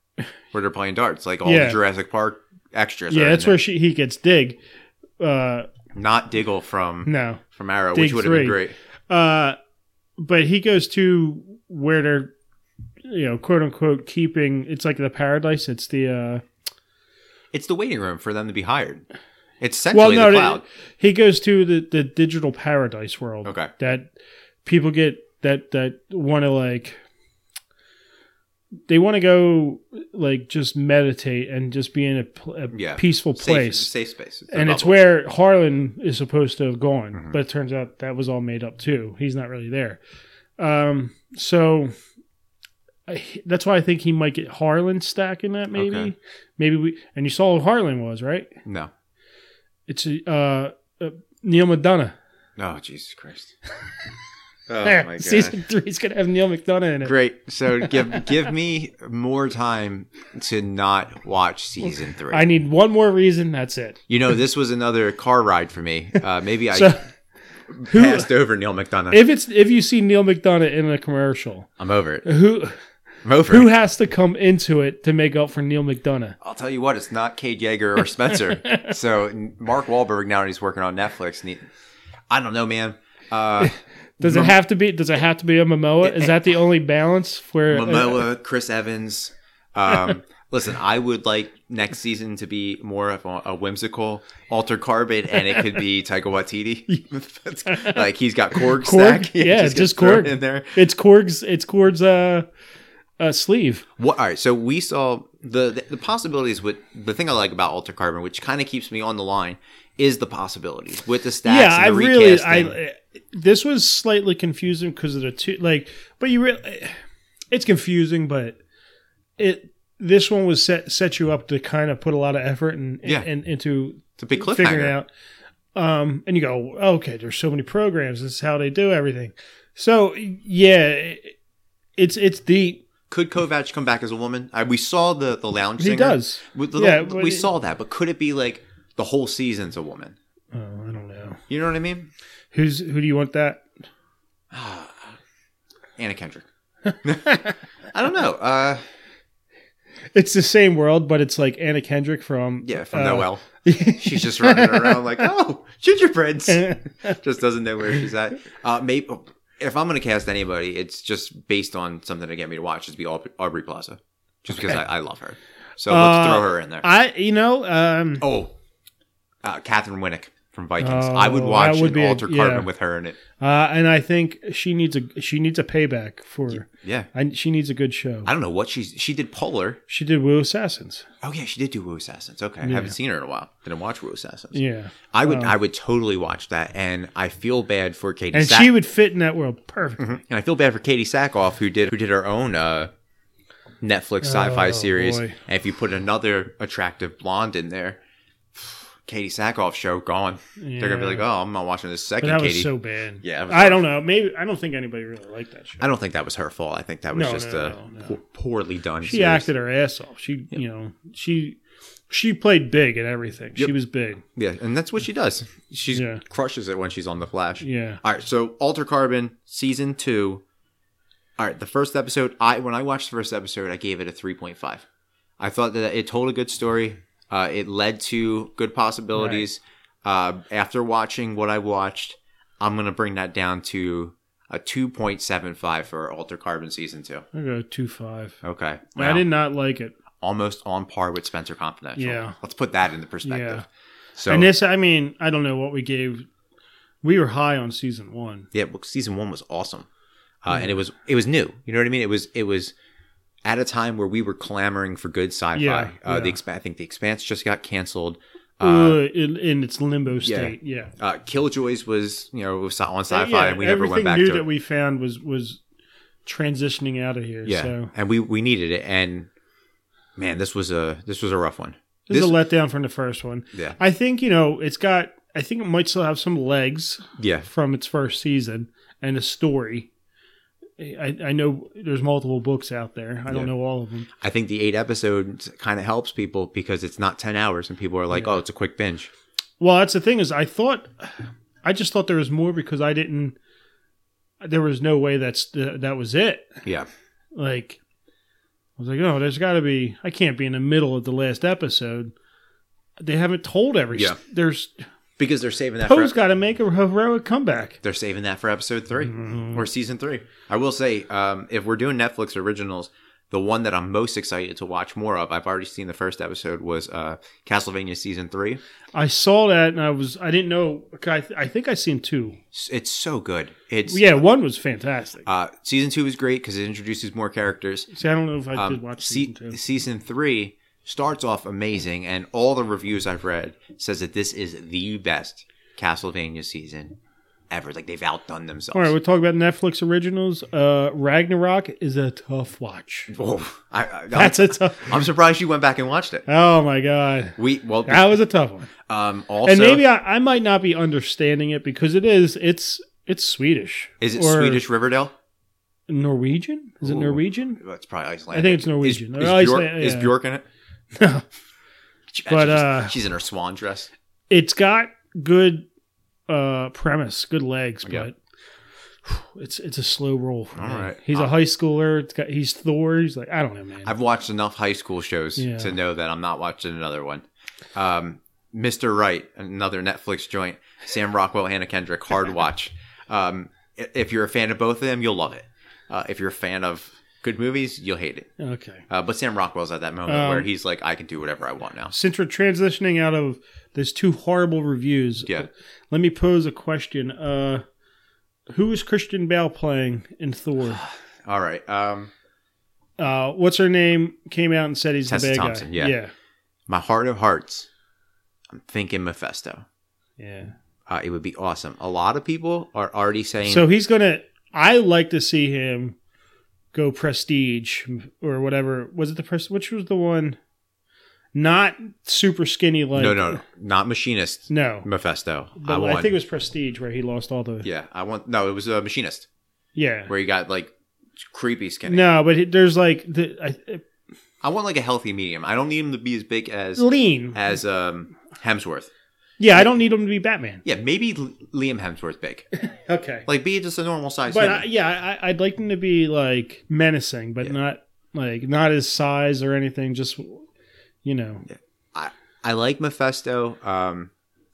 Speaker 1: where they're playing darts, like all
Speaker 2: Yeah.
Speaker 1: the Jurassic Park extras.
Speaker 2: yeah,
Speaker 1: are in
Speaker 2: that's
Speaker 1: there.
Speaker 2: where she he gets dig. Uh,
Speaker 1: not Diggle from
Speaker 2: no,
Speaker 1: from Arrow,
Speaker 2: Dig
Speaker 1: which would have been
Speaker 2: three.
Speaker 1: great.
Speaker 2: uh, but he goes to where they're you know quote unquote keeping. It's like the paradise. It's the uh,
Speaker 1: It's the waiting room for them to be hired. It's essentially
Speaker 2: no,
Speaker 1: the
Speaker 2: they-
Speaker 1: cloud.
Speaker 2: he goes to the the digital paradise world
Speaker 1: Okay.
Speaker 2: that people get that that want to like they want to go like just meditate and just be in a, pl- a
Speaker 1: Yeah.
Speaker 2: peaceful
Speaker 1: Safe,
Speaker 2: place
Speaker 1: safe space. It's a
Speaker 2: and it's
Speaker 1: bubble.
Speaker 2: where Harlan is supposed to have gone,
Speaker 1: Mm-hmm.
Speaker 2: but it turns out that was all made up too. He's not really there. Um, so I, that's why I think he might get Harlan stack in that maybe.
Speaker 1: Okay.
Speaker 2: Maybe we and you saw who Harlan was right.
Speaker 1: No.
Speaker 2: It's uh, uh Neil McDonough.
Speaker 1: Oh Jesus Christ. oh
Speaker 2: there,
Speaker 1: my god.
Speaker 2: season three is gonna have Neil McDonough in it.
Speaker 1: Great. So give give me more time to not watch season three.
Speaker 2: I need one more reason. That's it.
Speaker 1: You know, this was another car ride for me. Uh, maybe I
Speaker 2: So who
Speaker 1: passed over Neil McDonough.
Speaker 2: if it's if you see Neil McDonough in a commercial,
Speaker 1: I'm over it.
Speaker 2: who
Speaker 1: I'm over
Speaker 2: who
Speaker 1: it.
Speaker 2: has to come into it to make up for Neil McDonough?
Speaker 1: I'll tell you what, it's not Cade Yeager or Spencer. so n- Mark Wahlberg now he's working on Netflix. And he, I don't know, man. Uh,
Speaker 2: Does it have to be? Does it have to be a Momoa? Is that the only balance where uh,
Speaker 1: Momoa, Chris Evans. Um, listen, I would like next season to be more of a, a whimsical Alter Carbon, and it could be Taika Waititi. like he's got Korg, stack.
Speaker 2: Yeah,
Speaker 1: gets
Speaker 2: just
Speaker 1: thrown
Speaker 2: Korg.
Speaker 1: in there.
Speaker 2: it's Korg's? It's Korg's uh, uh, sleeve.
Speaker 1: What, all right, so we saw the, the the possibilities with the thing I like about Alter Carbon, which kind of keeps me on the line, is the possibilities with the stats.
Speaker 2: yeah, I
Speaker 1: and the
Speaker 2: really,
Speaker 1: recast thing.
Speaker 2: I uh, this was slightly confusing because of the two. Like, but you really, it's confusing, but it this one was set set you up to kind of put a lot of effort and
Speaker 1: Yeah.
Speaker 2: and into
Speaker 1: it's a big
Speaker 2: figuring it
Speaker 1: cliffhanger.
Speaker 2: out. Um, and you go, okay, there's so many programs. This is how they do everything. So yeah, it- it's it's deep.
Speaker 1: Could Kovac come back as a woman? I, we saw the the lounge.
Speaker 2: He
Speaker 1: singer.
Speaker 2: does.
Speaker 1: We, the-
Speaker 2: Yeah,
Speaker 1: we
Speaker 2: but-
Speaker 1: saw that, but could it be like the whole season's a woman?
Speaker 2: Oh, I don't know.
Speaker 1: You know what I mean?
Speaker 2: Who's who do you want that?
Speaker 1: Anna Kendrick. I don't know. Uh,
Speaker 2: It's the same world, but it's like Anna Kendrick from
Speaker 1: yeah, from
Speaker 2: uh,
Speaker 1: Noel, she's just running around like, oh, gingerbreads. just doesn't know where she's at. Uh, maybe if I'm gonna cast anybody, it's just based on something to get me to watch. Just be Aub- Aubrey Plaza, just because I, I love her. So let's
Speaker 2: Uh,
Speaker 1: throw her in there.
Speaker 2: I you know um
Speaker 1: oh, uh, Catherine Winnick from Vikings. I would
Speaker 2: Oh,
Speaker 1: watch
Speaker 2: that would
Speaker 1: an
Speaker 2: be a-
Speaker 1: Alter
Speaker 2: yeah.
Speaker 1: Carbon with her in it.
Speaker 2: uh, and I think she needs a she needs a payback for
Speaker 1: Yeah,
Speaker 2: I, she needs a good show.
Speaker 1: I don't know what she's. She did Polar.
Speaker 2: She did Woo Assassins.
Speaker 1: Oh yeah, she did do Wu Assassins. Okay, I
Speaker 2: Yeah.
Speaker 1: haven't seen her in a while. Didn't watch Wu Assassins.
Speaker 2: Yeah.
Speaker 1: I would. I would totally watch that, and I feel bad for Katie.
Speaker 2: And
Speaker 1: Sack-
Speaker 2: she would fit in that world perfectly.
Speaker 1: And I feel bad for Katie Sackhoff, who did who did her own uh, Netflix sci-fi
Speaker 2: Oh,
Speaker 1: series.
Speaker 2: boy.
Speaker 1: And if you put another attractive blonde in there, Katie Sackhoff show gone. They're gonna be like, oh, I'm not watching this
Speaker 2: But
Speaker 1: second
Speaker 2: that
Speaker 1: Katie.
Speaker 2: was so bad.
Speaker 1: Yeah, it was
Speaker 2: I don't know. Maybe I don't think anybody really liked that show.
Speaker 1: I don't think that was her fault. I think that was
Speaker 2: No,
Speaker 1: just
Speaker 2: no,
Speaker 1: a
Speaker 2: no, no.
Speaker 1: po- poorly done.
Speaker 2: She
Speaker 1: series.
Speaker 2: acted her ass off. She you know she She played big at everything. She
Speaker 1: Yep.
Speaker 2: was big.
Speaker 1: Yeah, and that's what she does. She
Speaker 2: Yeah.
Speaker 1: crushes it when she's on the Flash.
Speaker 2: Yeah.
Speaker 1: All right, so Alter Carbon season two. All right, the first episode. I when I watched the first episode, I gave it a three point five. I thought that it told a good story. Uh, it led to good possibilities. Uh, after watching what I watched, I'm gonna bring that down to a two point seven five for Alter Carbon season two.
Speaker 2: I go two five.
Speaker 1: Okay,
Speaker 2: I
Speaker 1: Wow.
Speaker 2: did not like it.
Speaker 1: almost on par with Spencer Confidential.
Speaker 2: Yeah.
Speaker 1: let's put that into perspective.
Speaker 2: Yeah.
Speaker 1: So
Speaker 2: and this, I mean, I don't know what we gave. We were high on season one.
Speaker 1: Yeah, well, season one was awesome, uh,
Speaker 2: Mm-hmm.
Speaker 1: and it was it was new. You know what I mean? It was it was at a time where we were clamoring for good sci-fi.
Speaker 2: Yeah,
Speaker 1: uh, The
Speaker 2: yeah.
Speaker 1: exp- I think the Expanse just got canceled. Uh,
Speaker 2: Uh, in, in its limbo state. Yeah.
Speaker 1: uh, Killjoys was you know was on sci-fi,
Speaker 2: Yeah,
Speaker 1: and we never went
Speaker 2: everything
Speaker 1: back
Speaker 2: new
Speaker 1: to
Speaker 2: that
Speaker 1: it.
Speaker 2: we found was was transitioning out of here.
Speaker 1: yeah,
Speaker 2: So
Speaker 1: and we we needed it. And man, this was a this was a rough one.
Speaker 2: this,
Speaker 1: This-
Speaker 2: is a letdown from the first one.
Speaker 1: Yeah,
Speaker 2: I think you know it's got. I think it might still have some legs
Speaker 1: yeah,
Speaker 2: from its first season and a story. I, I know there's multiple books out there. I don't
Speaker 1: Yeah.
Speaker 2: know all of them.
Speaker 1: I think the eight episodes kind of helps people because it's not ten hours, and people are like,
Speaker 2: Yeah.
Speaker 1: "Oh, it's a quick binge."
Speaker 2: Well, that's the thing is I thought I just thought there was more because I didn't there was no way that's that was it.
Speaker 1: Yeah,
Speaker 2: Like I was like, "Oh, there's got to be I can't be in the middle of the last episode. They haven't told every
Speaker 1: Yeah.
Speaker 2: there's
Speaker 1: because they're saving that. for-
Speaker 2: Poe's got to make a heroic comeback.
Speaker 1: they're saving that for episode 3
Speaker 2: Mhm.
Speaker 1: or season three. I will say, um, if we're doing Netflix originals, the one that I'm most excited to watch more of, I've already seen the first episode, was uh, Castlevania season three.
Speaker 2: I saw that and I was I didn't know I, I think I seen two.
Speaker 1: S- It's so good. It's
Speaker 2: Yeah, one was fantastic.
Speaker 1: Uh, season two is great because it introduces more characters.
Speaker 2: See, I don't know if I
Speaker 1: Um,
Speaker 2: did watch
Speaker 1: se-
Speaker 2: season two.
Speaker 1: season three starts off amazing, and all the reviews I've read says that this is the best Castlevania season ever. Like they've outdone themselves.
Speaker 2: All right, we'll talk about Netflix originals. Uh, Ragnarok is a tough watch.
Speaker 1: Oh, I, I,
Speaker 2: That's a tough.
Speaker 1: I'm surprised you went back and watched it.
Speaker 2: Oh my god,
Speaker 1: We well,
Speaker 2: that was a tough one.
Speaker 1: um, also
Speaker 2: And maybe I, I might not be understanding it because it is it's it's Swedish.
Speaker 1: Is it
Speaker 2: Or
Speaker 1: Swedish Riverdale?
Speaker 2: Norwegian? Is it
Speaker 1: Ooh.
Speaker 2: Norwegian?
Speaker 1: Well, It's probably Icelandic.
Speaker 2: I think it's Norwegian.
Speaker 1: Is,
Speaker 2: Or
Speaker 1: is, Bjork,
Speaker 2: Iceland-
Speaker 1: is
Speaker 2: yeah.
Speaker 1: Bjork in it?
Speaker 2: No.
Speaker 1: She-
Speaker 2: But,
Speaker 1: she's-
Speaker 2: uh,
Speaker 1: she's in her swan dress.
Speaker 2: It's got good uh premise, good legs, but.
Speaker 1: Yeah.
Speaker 2: It's it's a slow roll. For
Speaker 1: All
Speaker 2: me.
Speaker 1: right.
Speaker 2: he's a
Speaker 1: Uh,
Speaker 2: high schooler. It's got, he's Thor. He's like I don't know, man.
Speaker 1: I've watched enough high school shows
Speaker 2: Yeah.
Speaker 1: to know that I'm not watching another one. Um, Mr. Right, another Netflix joint. Sam Rockwell, Hannah Kendrick, hard watch. Um, i- if you're a fan of both of them, you'll love it. Uh, if you're a fan of good movies, you'll hate it.
Speaker 2: okay,
Speaker 1: Uh, but Sam Rockwell's at that moment
Speaker 2: Um,
Speaker 1: where he's like, I can do whatever I want now.
Speaker 2: since we're transitioning out of those two horrible reviews,
Speaker 1: Yeah.
Speaker 2: let me pose a question. Uh, who is Christian Bale playing in Thor?
Speaker 1: All right. Um,
Speaker 2: Uh, what's her name? Came out and said he's
Speaker 1: Tessa
Speaker 2: the bad
Speaker 1: Thompson,
Speaker 2: guy.
Speaker 1: yeah.
Speaker 2: yeah,
Speaker 1: my heart of hearts, I'm thinking Mephisto.
Speaker 2: yeah.
Speaker 1: Uh, it would be awesome. A lot of people are already saying
Speaker 2: So he's gonna. I like to see him go prestige or whatever. Was it the press? Which was the one? Not super skinny like.
Speaker 1: no, no, no, not machinist.
Speaker 2: no.
Speaker 1: Mephisto. I
Speaker 2: But I,
Speaker 1: want.
Speaker 2: think it was Prestige where he lost all the.
Speaker 1: yeah, I want. No, it was a machinist
Speaker 2: Yeah.
Speaker 1: where he got like creepy skinny.
Speaker 2: No, but it, there's like the I,
Speaker 1: I want like a healthy medium. I don't need him to be as big as
Speaker 2: lean.
Speaker 1: as um Hemsworth.
Speaker 2: Yeah, I don't need him to be Batman.
Speaker 1: Yeah, maybe L- Liam Hemsworth big.
Speaker 2: Okay.
Speaker 1: Like be just a normal size.
Speaker 2: But
Speaker 1: human.
Speaker 2: I, yeah, I, I'd like him to be like menacing, but
Speaker 1: Yeah.
Speaker 2: not like not his size or anything. Just you know,
Speaker 1: I like Mephisto. Um,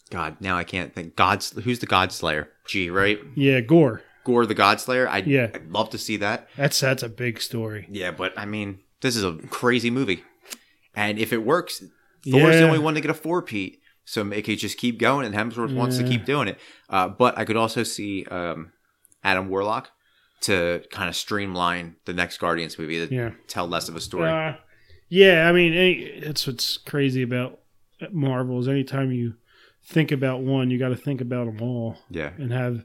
Speaker 1: God, now I can't think. God's who's the God Slayer? G right?
Speaker 2: yeah, gore.
Speaker 1: Gore the God Slayer. I
Speaker 2: Yeah.
Speaker 1: I'd love to see that.
Speaker 2: That's that's a big story.
Speaker 1: Yeah, but I mean, this is a crazy movie, and if it works, Thor's the
Speaker 2: Yeah.
Speaker 1: only one to get a four peat, so it could just keep going, and Hemsworth wants to
Speaker 2: Yeah.
Speaker 1: keep doing it. Uh, but I could also see um, Adam Warlock to kind of streamline the next Guardians movie to
Speaker 2: Yeah,
Speaker 1: tell less of a story.
Speaker 2: uh, yeah. I mean, any, that's what's crazy about Marvel is anytime you think about one, you got to think about them all
Speaker 1: yeah,
Speaker 2: and have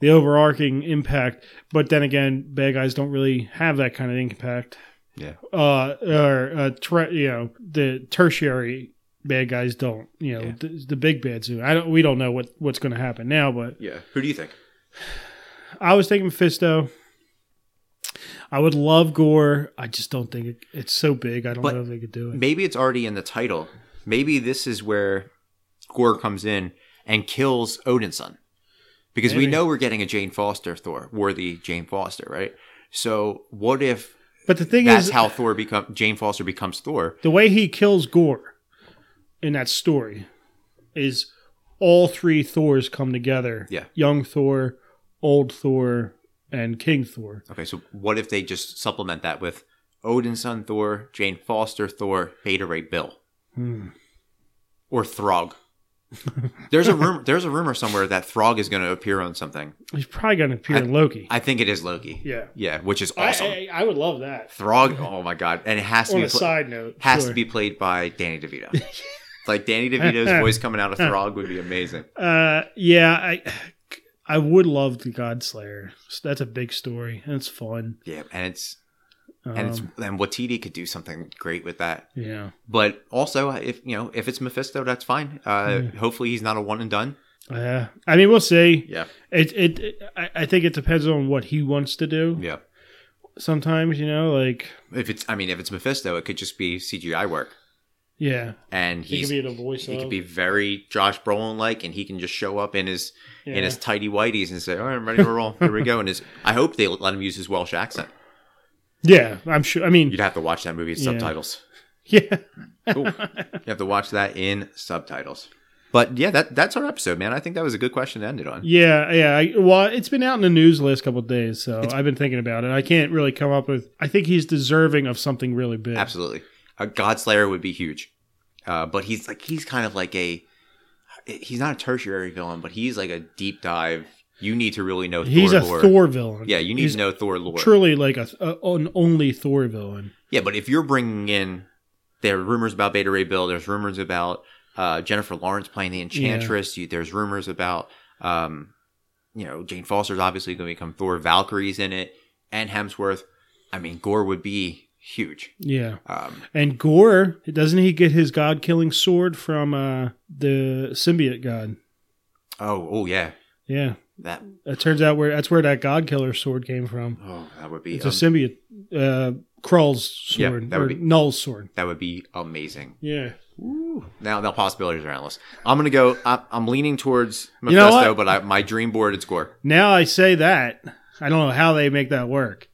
Speaker 2: the overarching impact. But then again, bad guys don't really have that kind of impact.
Speaker 1: yeah,
Speaker 2: uh, or uh, tre- you know the tertiary bad guys don't. You know
Speaker 1: Yeah.
Speaker 2: the, the big bads do. I don't. We don't know what what's going to happen now. But
Speaker 1: yeah. Who do you think?
Speaker 2: I was thinking Fisto. I would love gore. I just don't think it, it's so big. I don't
Speaker 1: But
Speaker 2: know if they could do it.
Speaker 1: Maybe it's already in the title. Maybe this is where Gore comes in and kills Odin's son. Because we
Speaker 2: Maybe.
Speaker 1: know we're getting a Jane Foster Thor, worthy Jane Foster, right? So what if
Speaker 2: But the thing
Speaker 1: that's
Speaker 2: is,
Speaker 1: how Thor become Jane Foster becomes Thor?
Speaker 2: the way he kills Gore in that story is all three Thors come together.
Speaker 1: Yeah.
Speaker 2: Young Thor, old Thor, and King Thor.
Speaker 1: Okay, so what if they just supplement that with Odin's son Thor, Jane Foster Thor, Beta Ray Bill,
Speaker 2: Hmm.
Speaker 1: or Throg? there's a rumor. There's a rumor somewhere that Throg is going to appear on something.
Speaker 2: He's probably going to appear in Loki.
Speaker 1: I think it is Loki.
Speaker 2: yeah.
Speaker 1: Yeah, which is
Speaker 2: I-
Speaker 1: awesome.
Speaker 2: I, I would love that.
Speaker 1: Throg. Oh my god! And it has to
Speaker 2: On
Speaker 1: be
Speaker 2: a
Speaker 1: pl-
Speaker 2: side note,
Speaker 1: has
Speaker 2: sure.
Speaker 1: to be played by Danny DeVito. like Danny DeVito's voice coming out of Throg would be amazing.
Speaker 2: Uh, yeah, I I would love the Godslayer. So that's a big story and it's fun.
Speaker 1: Yeah, and it's
Speaker 2: Um,
Speaker 1: and it's and Watiti could do something great with that.
Speaker 2: yeah,
Speaker 1: But also, if you know if it's Mephisto, that's fine. Uh,
Speaker 2: Hmm.
Speaker 1: Hopefully, he's not a one and done.
Speaker 2: yeah. I mean, we'll see.
Speaker 1: Yeah,
Speaker 2: It it, I, I think it depends on what he wants to do.
Speaker 1: yeah.
Speaker 2: Sometimes you know, like
Speaker 1: If it's, I mean, if it's Mephisto, it could just be CGI work,
Speaker 2: yeah,
Speaker 1: and
Speaker 2: he
Speaker 1: he's
Speaker 2: could be the voice.
Speaker 1: he
Speaker 2: of-
Speaker 1: could be very Josh Brolin like, and he can just show up in his
Speaker 2: yeah.
Speaker 1: in his tidy whities and say, "All right, I'm ready to roll. Here we go." And his, I hope they let him use his Welsh accent.
Speaker 2: yeah, I'm sure. I mean,
Speaker 1: You'd have to watch that movie in
Speaker 2: Yeah.
Speaker 1: subtitles.
Speaker 2: yeah,
Speaker 1: Cool. you have to watch that in subtitles. But yeah, that that's our episode, man. I think that was a good question to end it on.
Speaker 2: yeah, yeah. I, well, it's been out in the news the last couple of days, so I've been thinking about it. I can't really come up with. I think he's deserving of something really big.
Speaker 1: Absolutely, a Godslayer would be huge. Uh, but he's like he's kind of like a he's not a tertiary villain, but he's like a deep dive. You need to really know
Speaker 2: He's
Speaker 1: Thor
Speaker 2: a
Speaker 1: lore.
Speaker 2: Thor villain.
Speaker 1: Yeah, you need
Speaker 2: He's
Speaker 1: to know Thor lore.
Speaker 2: truly like a, a an only Thor villain.
Speaker 1: Yeah, but if you're bringing in there are rumors about Beta Ray Bill, there's rumors about uh, Jennifer Lawrence playing the Enchantress. You, there's rumors about um, you know Jane Foster's obviously going to become Thor. Valkyrie's in it, and Hemsworth. I mean, Gore would be huge.
Speaker 2: Yeah,
Speaker 1: Um,
Speaker 2: and Gore doesn't he get his god killing sword from uh, the symbiote god?
Speaker 1: oh, oh yeah,
Speaker 2: Yeah,
Speaker 1: that
Speaker 2: it turns out where that's where that god killer sword came from.
Speaker 1: oh that would be
Speaker 2: It's
Speaker 1: um,
Speaker 2: a symbiote, uh, Krull's sword
Speaker 1: Yeah, that
Speaker 2: or
Speaker 1: would be-
Speaker 2: Null's sword.
Speaker 1: that would be amazing.
Speaker 2: Yeah,
Speaker 1: Now, the possibilities are endless. I'm gonna go. I, I'm leaning towards Mephisto,
Speaker 2: You know what?
Speaker 1: but I, my dream board is Gore.
Speaker 2: now I say that I don't know how they make that work,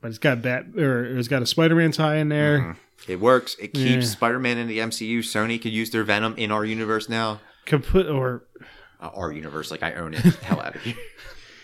Speaker 2: but it's got bat or it's got a Spider Man tie in there.
Speaker 1: Mm-hmm. It works. It keeps
Speaker 2: Yeah.
Speaker 1: Spider-Man in the MCU. Sony could use their Venom in our universe now.
Speaker 2: Could put or
Speaker 1: uh, our universe. Like I own it. Hell out of you.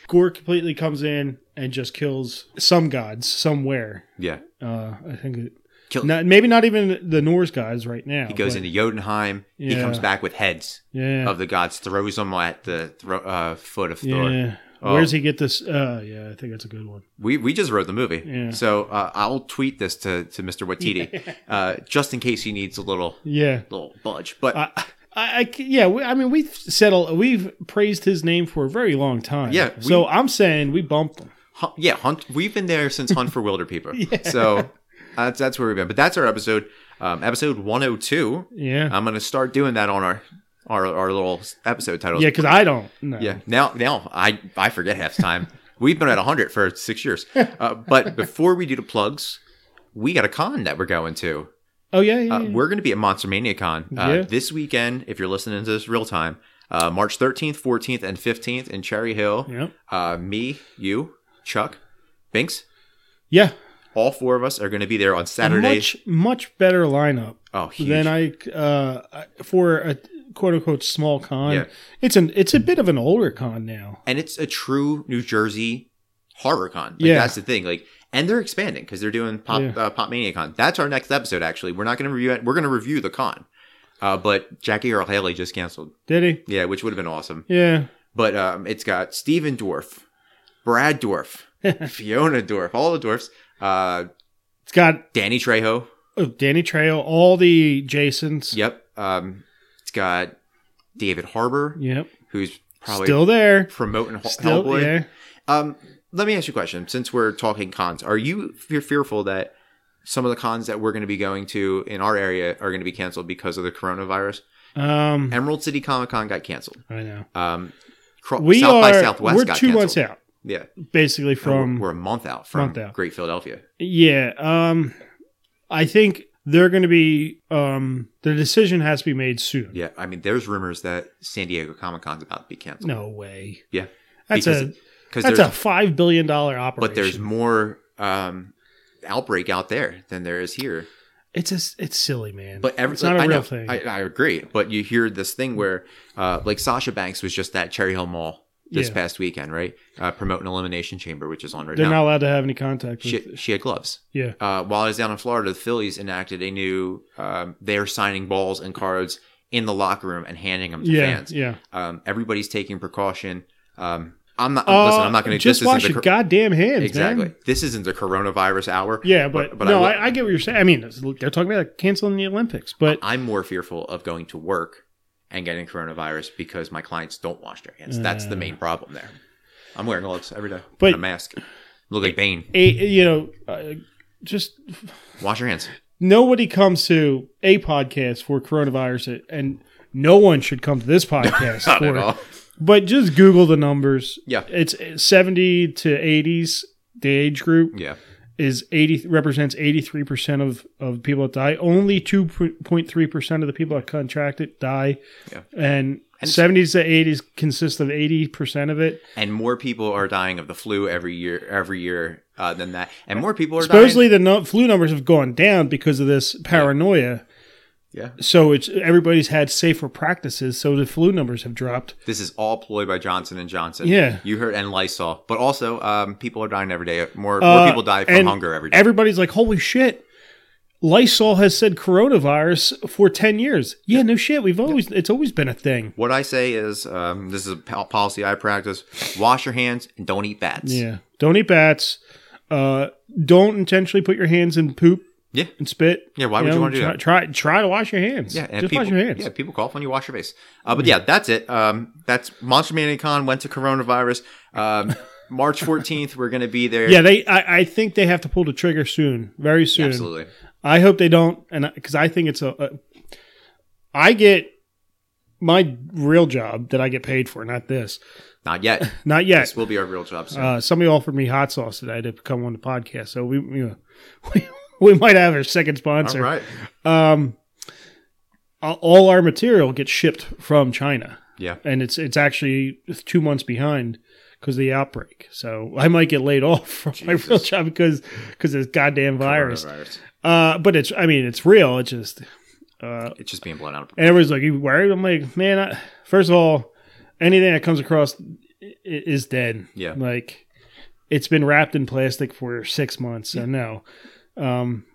Speaker 2: Gore completely comes in and just kills some gods somewhere.
Speaker 1: Yeah,
Speaker 2: Uh, I think it,
Speaker 1: Kill-
Speaker 2: not, maybe not even the Norse guys right now.
Speaker 1: he goes
Speaker 2: but-
Speaker 1: into Jotunheim. He
Speaker 2: Yeah.
Speaker 1: comes back with heads
Speaker 2: yeah,
Speaker 1: of the gods. Throws them at the thro- uh, foot of Thor.
Speaker 2: yeah.
Speaker 1: Oh.
Speaker 2: Where does he get this? Uh, yeah, I think that's a good one.
Speaker 1: We we just wrote the movie.
Speaker 2: Yeah.
Speaker 1: So uh, I'll tweet this to to Mr. Watiti, uh, just in case he needs a little
Speaker 2: Yeah,
Speaker 1: little budge. But
Speaker 2: I, I, I c- yeah. We, I mean, we've settled. We've praised his name for a very long time.
Speaker 1: Yeah, we-
Speaker 2: so I'm saying we bumped him.
Speaker 1: Hu- yeah, hunt. We've been there since Hunt for Wilder People. So. That's, that's where we've been, but that's our episode, um, episode one hundred and two.
Speaker 2: Yeah, Yeah, 'cause
Speaker 1: I'm gonna start doing that on our our, our little episode titles.
Speaker 2: yeah. Because I don't. know.
Speaker 1: Yeah. Now, now I I forget half the time. We've been at 100 for six years. Uh, but before we do the plugs, we got a con that we're going to.
Speaker 2: Oh yeah. yeah,
Speaker 1: Uh,
Speaker 2: yeah.
Speaker 1: we're going to be at Monster Mania Con uh,
Speaker 2: Yeah.
Speaker 1: this weekend. If you're listening to this real time, uh, March 13th, 14th, and 15th in Cherry Hill.
Speaker 2: yeah.
Speaker 1: Uh, me, you, Chuck, Binks,
Speaker 2: Yeah.
Speaker 1: all four of us are going to be there on
Speaker 2: A
Speaker 1: Saturday.
Speaker 2: much much better lineup
Speaker 1: oh, huge.
Speaker 2: than I uh I- for a quote unquote small con.
Speaker 1: Yeah.
Speaker 2: It's an it's a bit of an older con now.
Speaker 1: and it's a true New Jersey horror con. Like,
Speaker 2: Yeah.
Speaker 1: that's the thing. Like, and they're expanding because they're doing pop
Speaker 2: Yeah.
Speaker 1: uh, pop mania con. That's our next episode. Actually, we're not going to review it. We're going to review the con. Uh, but Jackie Earl Haley just canceled.
Speaker 2: Did he?
Speaker 1: Yeah, which would have been awesome.
Speaker 2: Yeah.
Speaker 1: But um, it's got Steven Dwarf, Brad Dwarf, Fiona Dwarf, all the dwarfs. Uh,
Speaker 2: It's got
Speaker 1: Danny Trejo.
Speaker 2: Oh, Danny Trejo, all the Jasons.
Speaker 1: Yep. Um, it's got David Harbor,
Speaker 2: Yep.
Speaker 1: who's probably
Speaker 2: Still there.
Speaker 1: promoting Hel-
Speaker 2: Still
Speaker 1: Hellboy.
Speaker 2: there.
Speaker 1: Um, let me ask you a question. Since we're talking cons, are you fear- fearful that some of the cons that we're going to be going to in our area are going to be canceled because of the coronavirus?
Speaker 2: Um,
Speaker 1: Emerald City Comic Con got canceled.
Speaker 2: I know.
Speaker 1: Um, Cro-
Speaker 2: We
Speaker 1: South
Speaker 2: are.
Speaker 1: by Southwest
Speaker 2: we're
Speaker 1: got
Speaker 2: two
Speaker 1: canceled.
Speaker 2: months out.
Speaker 1: Yeah. Uh,
Speaker 2: basically from
Speaker 1: we're, we're a month out from
Speaker 2: month out.
Speaker 1: Great Philadelphia.
Speaker 2: Yeah. Um, I think they're going to be. Um, the decision has to be made soon.
Speaker 1: Yeah. I mean, there's rumors that San Diego Comic Con's about to be canceled.
Speaker 2: No way.
Speaker 1: Yeah.
Speaker 2: That's
Speaker 1: because,
Speaker 2: a
Speaker 1: because
Speaker 2: that's a
Speaker 1: there's,
Speaker 2: five billion dollar operation.
Speaker 1: but there's more um, outbreak out there than there is here.
Speaker 2: it's a, it's silly, man.
Speaker 1: But every,
Speaker 2: it's not a
Speaker 1: I
Speaker 2: real
Speaker 1: know,
Speaker 2: thing.
Speaker 1: I, I agree. But you hear this thing where, uh, like Sasha Banks was just at Cherry Hill Mall this
Speaker 2: Yeah.
Speaker 1: past weekend, right? Uh, promoting Elimination Chamber, which is on right
Speaker 2: They're
Speaker 1: now.
Speaker 2: not allowed to have any contact with.
Speaker 1: she, she had gloves.
Speaker 2: Yeah.
Speaker 1: Uh, while I was down in Florida, the Phillies enacted a new. Um, they're signing balls and cards in the locker room and handing them to
Speaker 2: Yeah.
Speaker 1: fans.
Speaker 2: Yeah.
Speaker 1: Um, everybody's taking precaution. Um, I'm not.
Speaker 2: Uh,
Speaker 1: listen, I'm not going to
Speaker 2: just wash your
Speaker 1: the, cor-
Speaker 2: goddamn hands, man.
Speaker 1: exactly. This isn't the coronavirus hour.
Speaker 2: Yeah, but,
Speaker 1: But- but
Speaker 2: no,
Speaker 1: I
Speaker 2: I,
Speaker 1: will-
Speaker 2: I get what you're saying. I mean, it's- they're talking about canceling the Olympics, but
Speaker 1: I'm more fearful of going to work and getting coronavirus because my clients don't wash their hands. That's the main problem there. I'm wearing gloves every day,
Speaker 2: Mm. But-
Speaker 1: and a mask. Look like Bane.
Speaker 2: a, you know, uh, just
Speaker 1: Wash your hands.
Speaker 2: nobody comes to a podcast for coronavirus, and no one should come to this podcast
Speaker 1: Not
Speaker 2: for
Speaker 1: at
Speaker 2: it.
Speaker 1: all.
Speaker 2: But just Google the numbers.
Speaker 1: Yeah.
Speaker 2: It's 70 to 80s. The age group
Speaker 1: Yeah.
Speaker 2: is 80 represents 83% of, of people that die. Only 2.3% of the people that contract it die.
Speaker 1: Yeah.
Speaker 2: And,
Speaker 1: And-
Speaker 2: 70s to 80s consists of 80% of it.
Speaker 1: And more people are dying of the flu every year, every year uh, than that. And more people are
Speaker 2: Supposedly the nu- flu numbers have gone down because of this paranoia.
Speaker 1: dying. Yeah.
Speaker 2: So it's everybody's had safer practices, so the flu numbers have dropped.
Speaker 1: This is all ploy by Johnson and Johnson.
Speaker 2: Yeah.
Speaker 1: You heard and Lysol, but also um, people are dying every day. More
Speaker 2: Uh,
Speaker 1: more people die from
Speaker 2: and
Speaker 1: hunger every day.
Speaker 2: Everybody's like, "Holy shit." Lysol has said coronavirus for 10 years. Yeah, no shit. We've always it's always been a thing.
Speaker 1: what I say is, um, this is a pol- policy I practice: wash your hands and don't eat bats.
Speaker 2: Yeah. Don't eat bats. Uh, don't intentionally put your hands in poop
Speaker 1: Yeah.
Speaker 2: and spit.
Speaker 1: Yeah, why would you
Speaker 2: know,
Speaker 1: wanna do
Speaker 2: try,
Speaker 1: that?
Speaker 2: Try try to wash your hands.
Speaker 1: Yeah, and
Speaker 2: just
Speaker 1: people,
Speaker 2: wash your hands. Mm.
Speaker 1: Yeah, people cough when you wash your face. Uh, but yeah, that's it. Um, that's Monster Mania Con went to coronavirus. Um, March 14th, we're going to be there.
Speaker 2: Yeah, they. I, I think they have to pull the trigger soon, very soon.
Speaker 1: absolutely.
Speaker 2: I hope they don't, and because I think it's a, a. I get my real job that I get paid for, not this,
Speaker 1: Not yet.
Speaker 2: not yet.
Speaker 1: this will be our real job soon.
Speaker 2: Uh, somebody offered me hot sauce today to come on the podcast, so we you know, we, we might have our second
Speaker 1: All
Speaker 2: sponsor.
Speaker 1: right.
Speaker 2: Um, all- all our material gets shipped from China,
Speaker 1: Yeah.
Speaker 2: and it's it's actually two months behind because of the outbreak. So I might get laid off from my
Speaker 1: Jesus.
Speaker 2: real job because because this goddamn virus.
Speaker 1: Coronavirus.
Speaker 2: Uh, but it's I mean it's real. It's just uh,
Speaker 1: It's just being blown out.
Speaker 2: and everybody's like, "You worried?" I'm like, "Man, I, first of all, anything that comes across i- i- is dead.
Speaker 1: Yeah.
Speaker 2: Like it's been wrapped in plastic for six months. So no, um,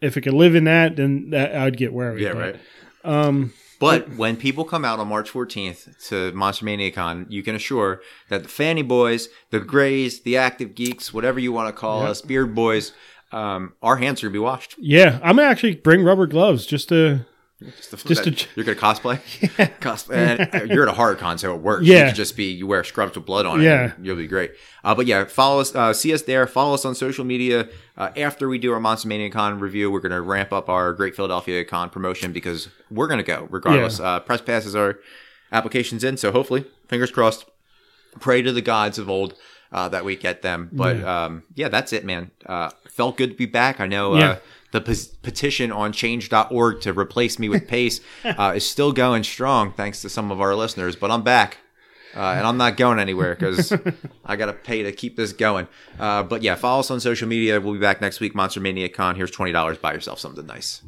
Speaker 2: if it could live in that, then that, I'd get worried.
Speaker 1: Yeah,
Speaker 2: But,
Speaker 1: right.
Speaker 2: Um,
Speaker 1: But when people come out on March 14th to Monster Mania Con, you can assure that the Fanny Boys, the Greys, the Active Geeks, whatever you want to call
Speaker 2: Yeah.
Speaker 1: us, Beard Boys, um, our hands are going to be washed.
Speaker 2: yeah, I'm gonna actually bring rubber gloves just to.
Speaker 1: Just, the,
Speaker 2: Just
Speaker 1: that-
Speaker 2: to-
Speaker 1: you're gonna cosplay. cosplay. And you're at a horror con, so it works.
Speaker 2: Yeah.
Speaker 1: you could just be you wear scrubs with blood on it.
Speaker 2: Yeah.
Speaker 1: and you'll be great. Uh, but yeah, follow us, uh, see us there. Follow us on social media. Uh, after we do our Monster Mania Con review, we're gonna ramp up our Great Philadelphia Con promotion because we're gonna go regardless. Uh, press passes our applications in, so hopefully, fingers crossed. Pray to the gods of old. Uh, that we get them, but um, yeah, that's it, man. Uh, felt good to be back. I know
Speaker 2: Yeah.
Speaker 1: uh, the pe- petition on change.org to replace me with Pace uh, is still going strong, thanks to some of our listeners. But I'm back, uh, and I'm not going anywhere because I got to pay to keep this going. Uh, but yeah, follow us on social media. We'll be back next week, Monster Mania Con. Here's twenty dollars. Buy yourself something nice.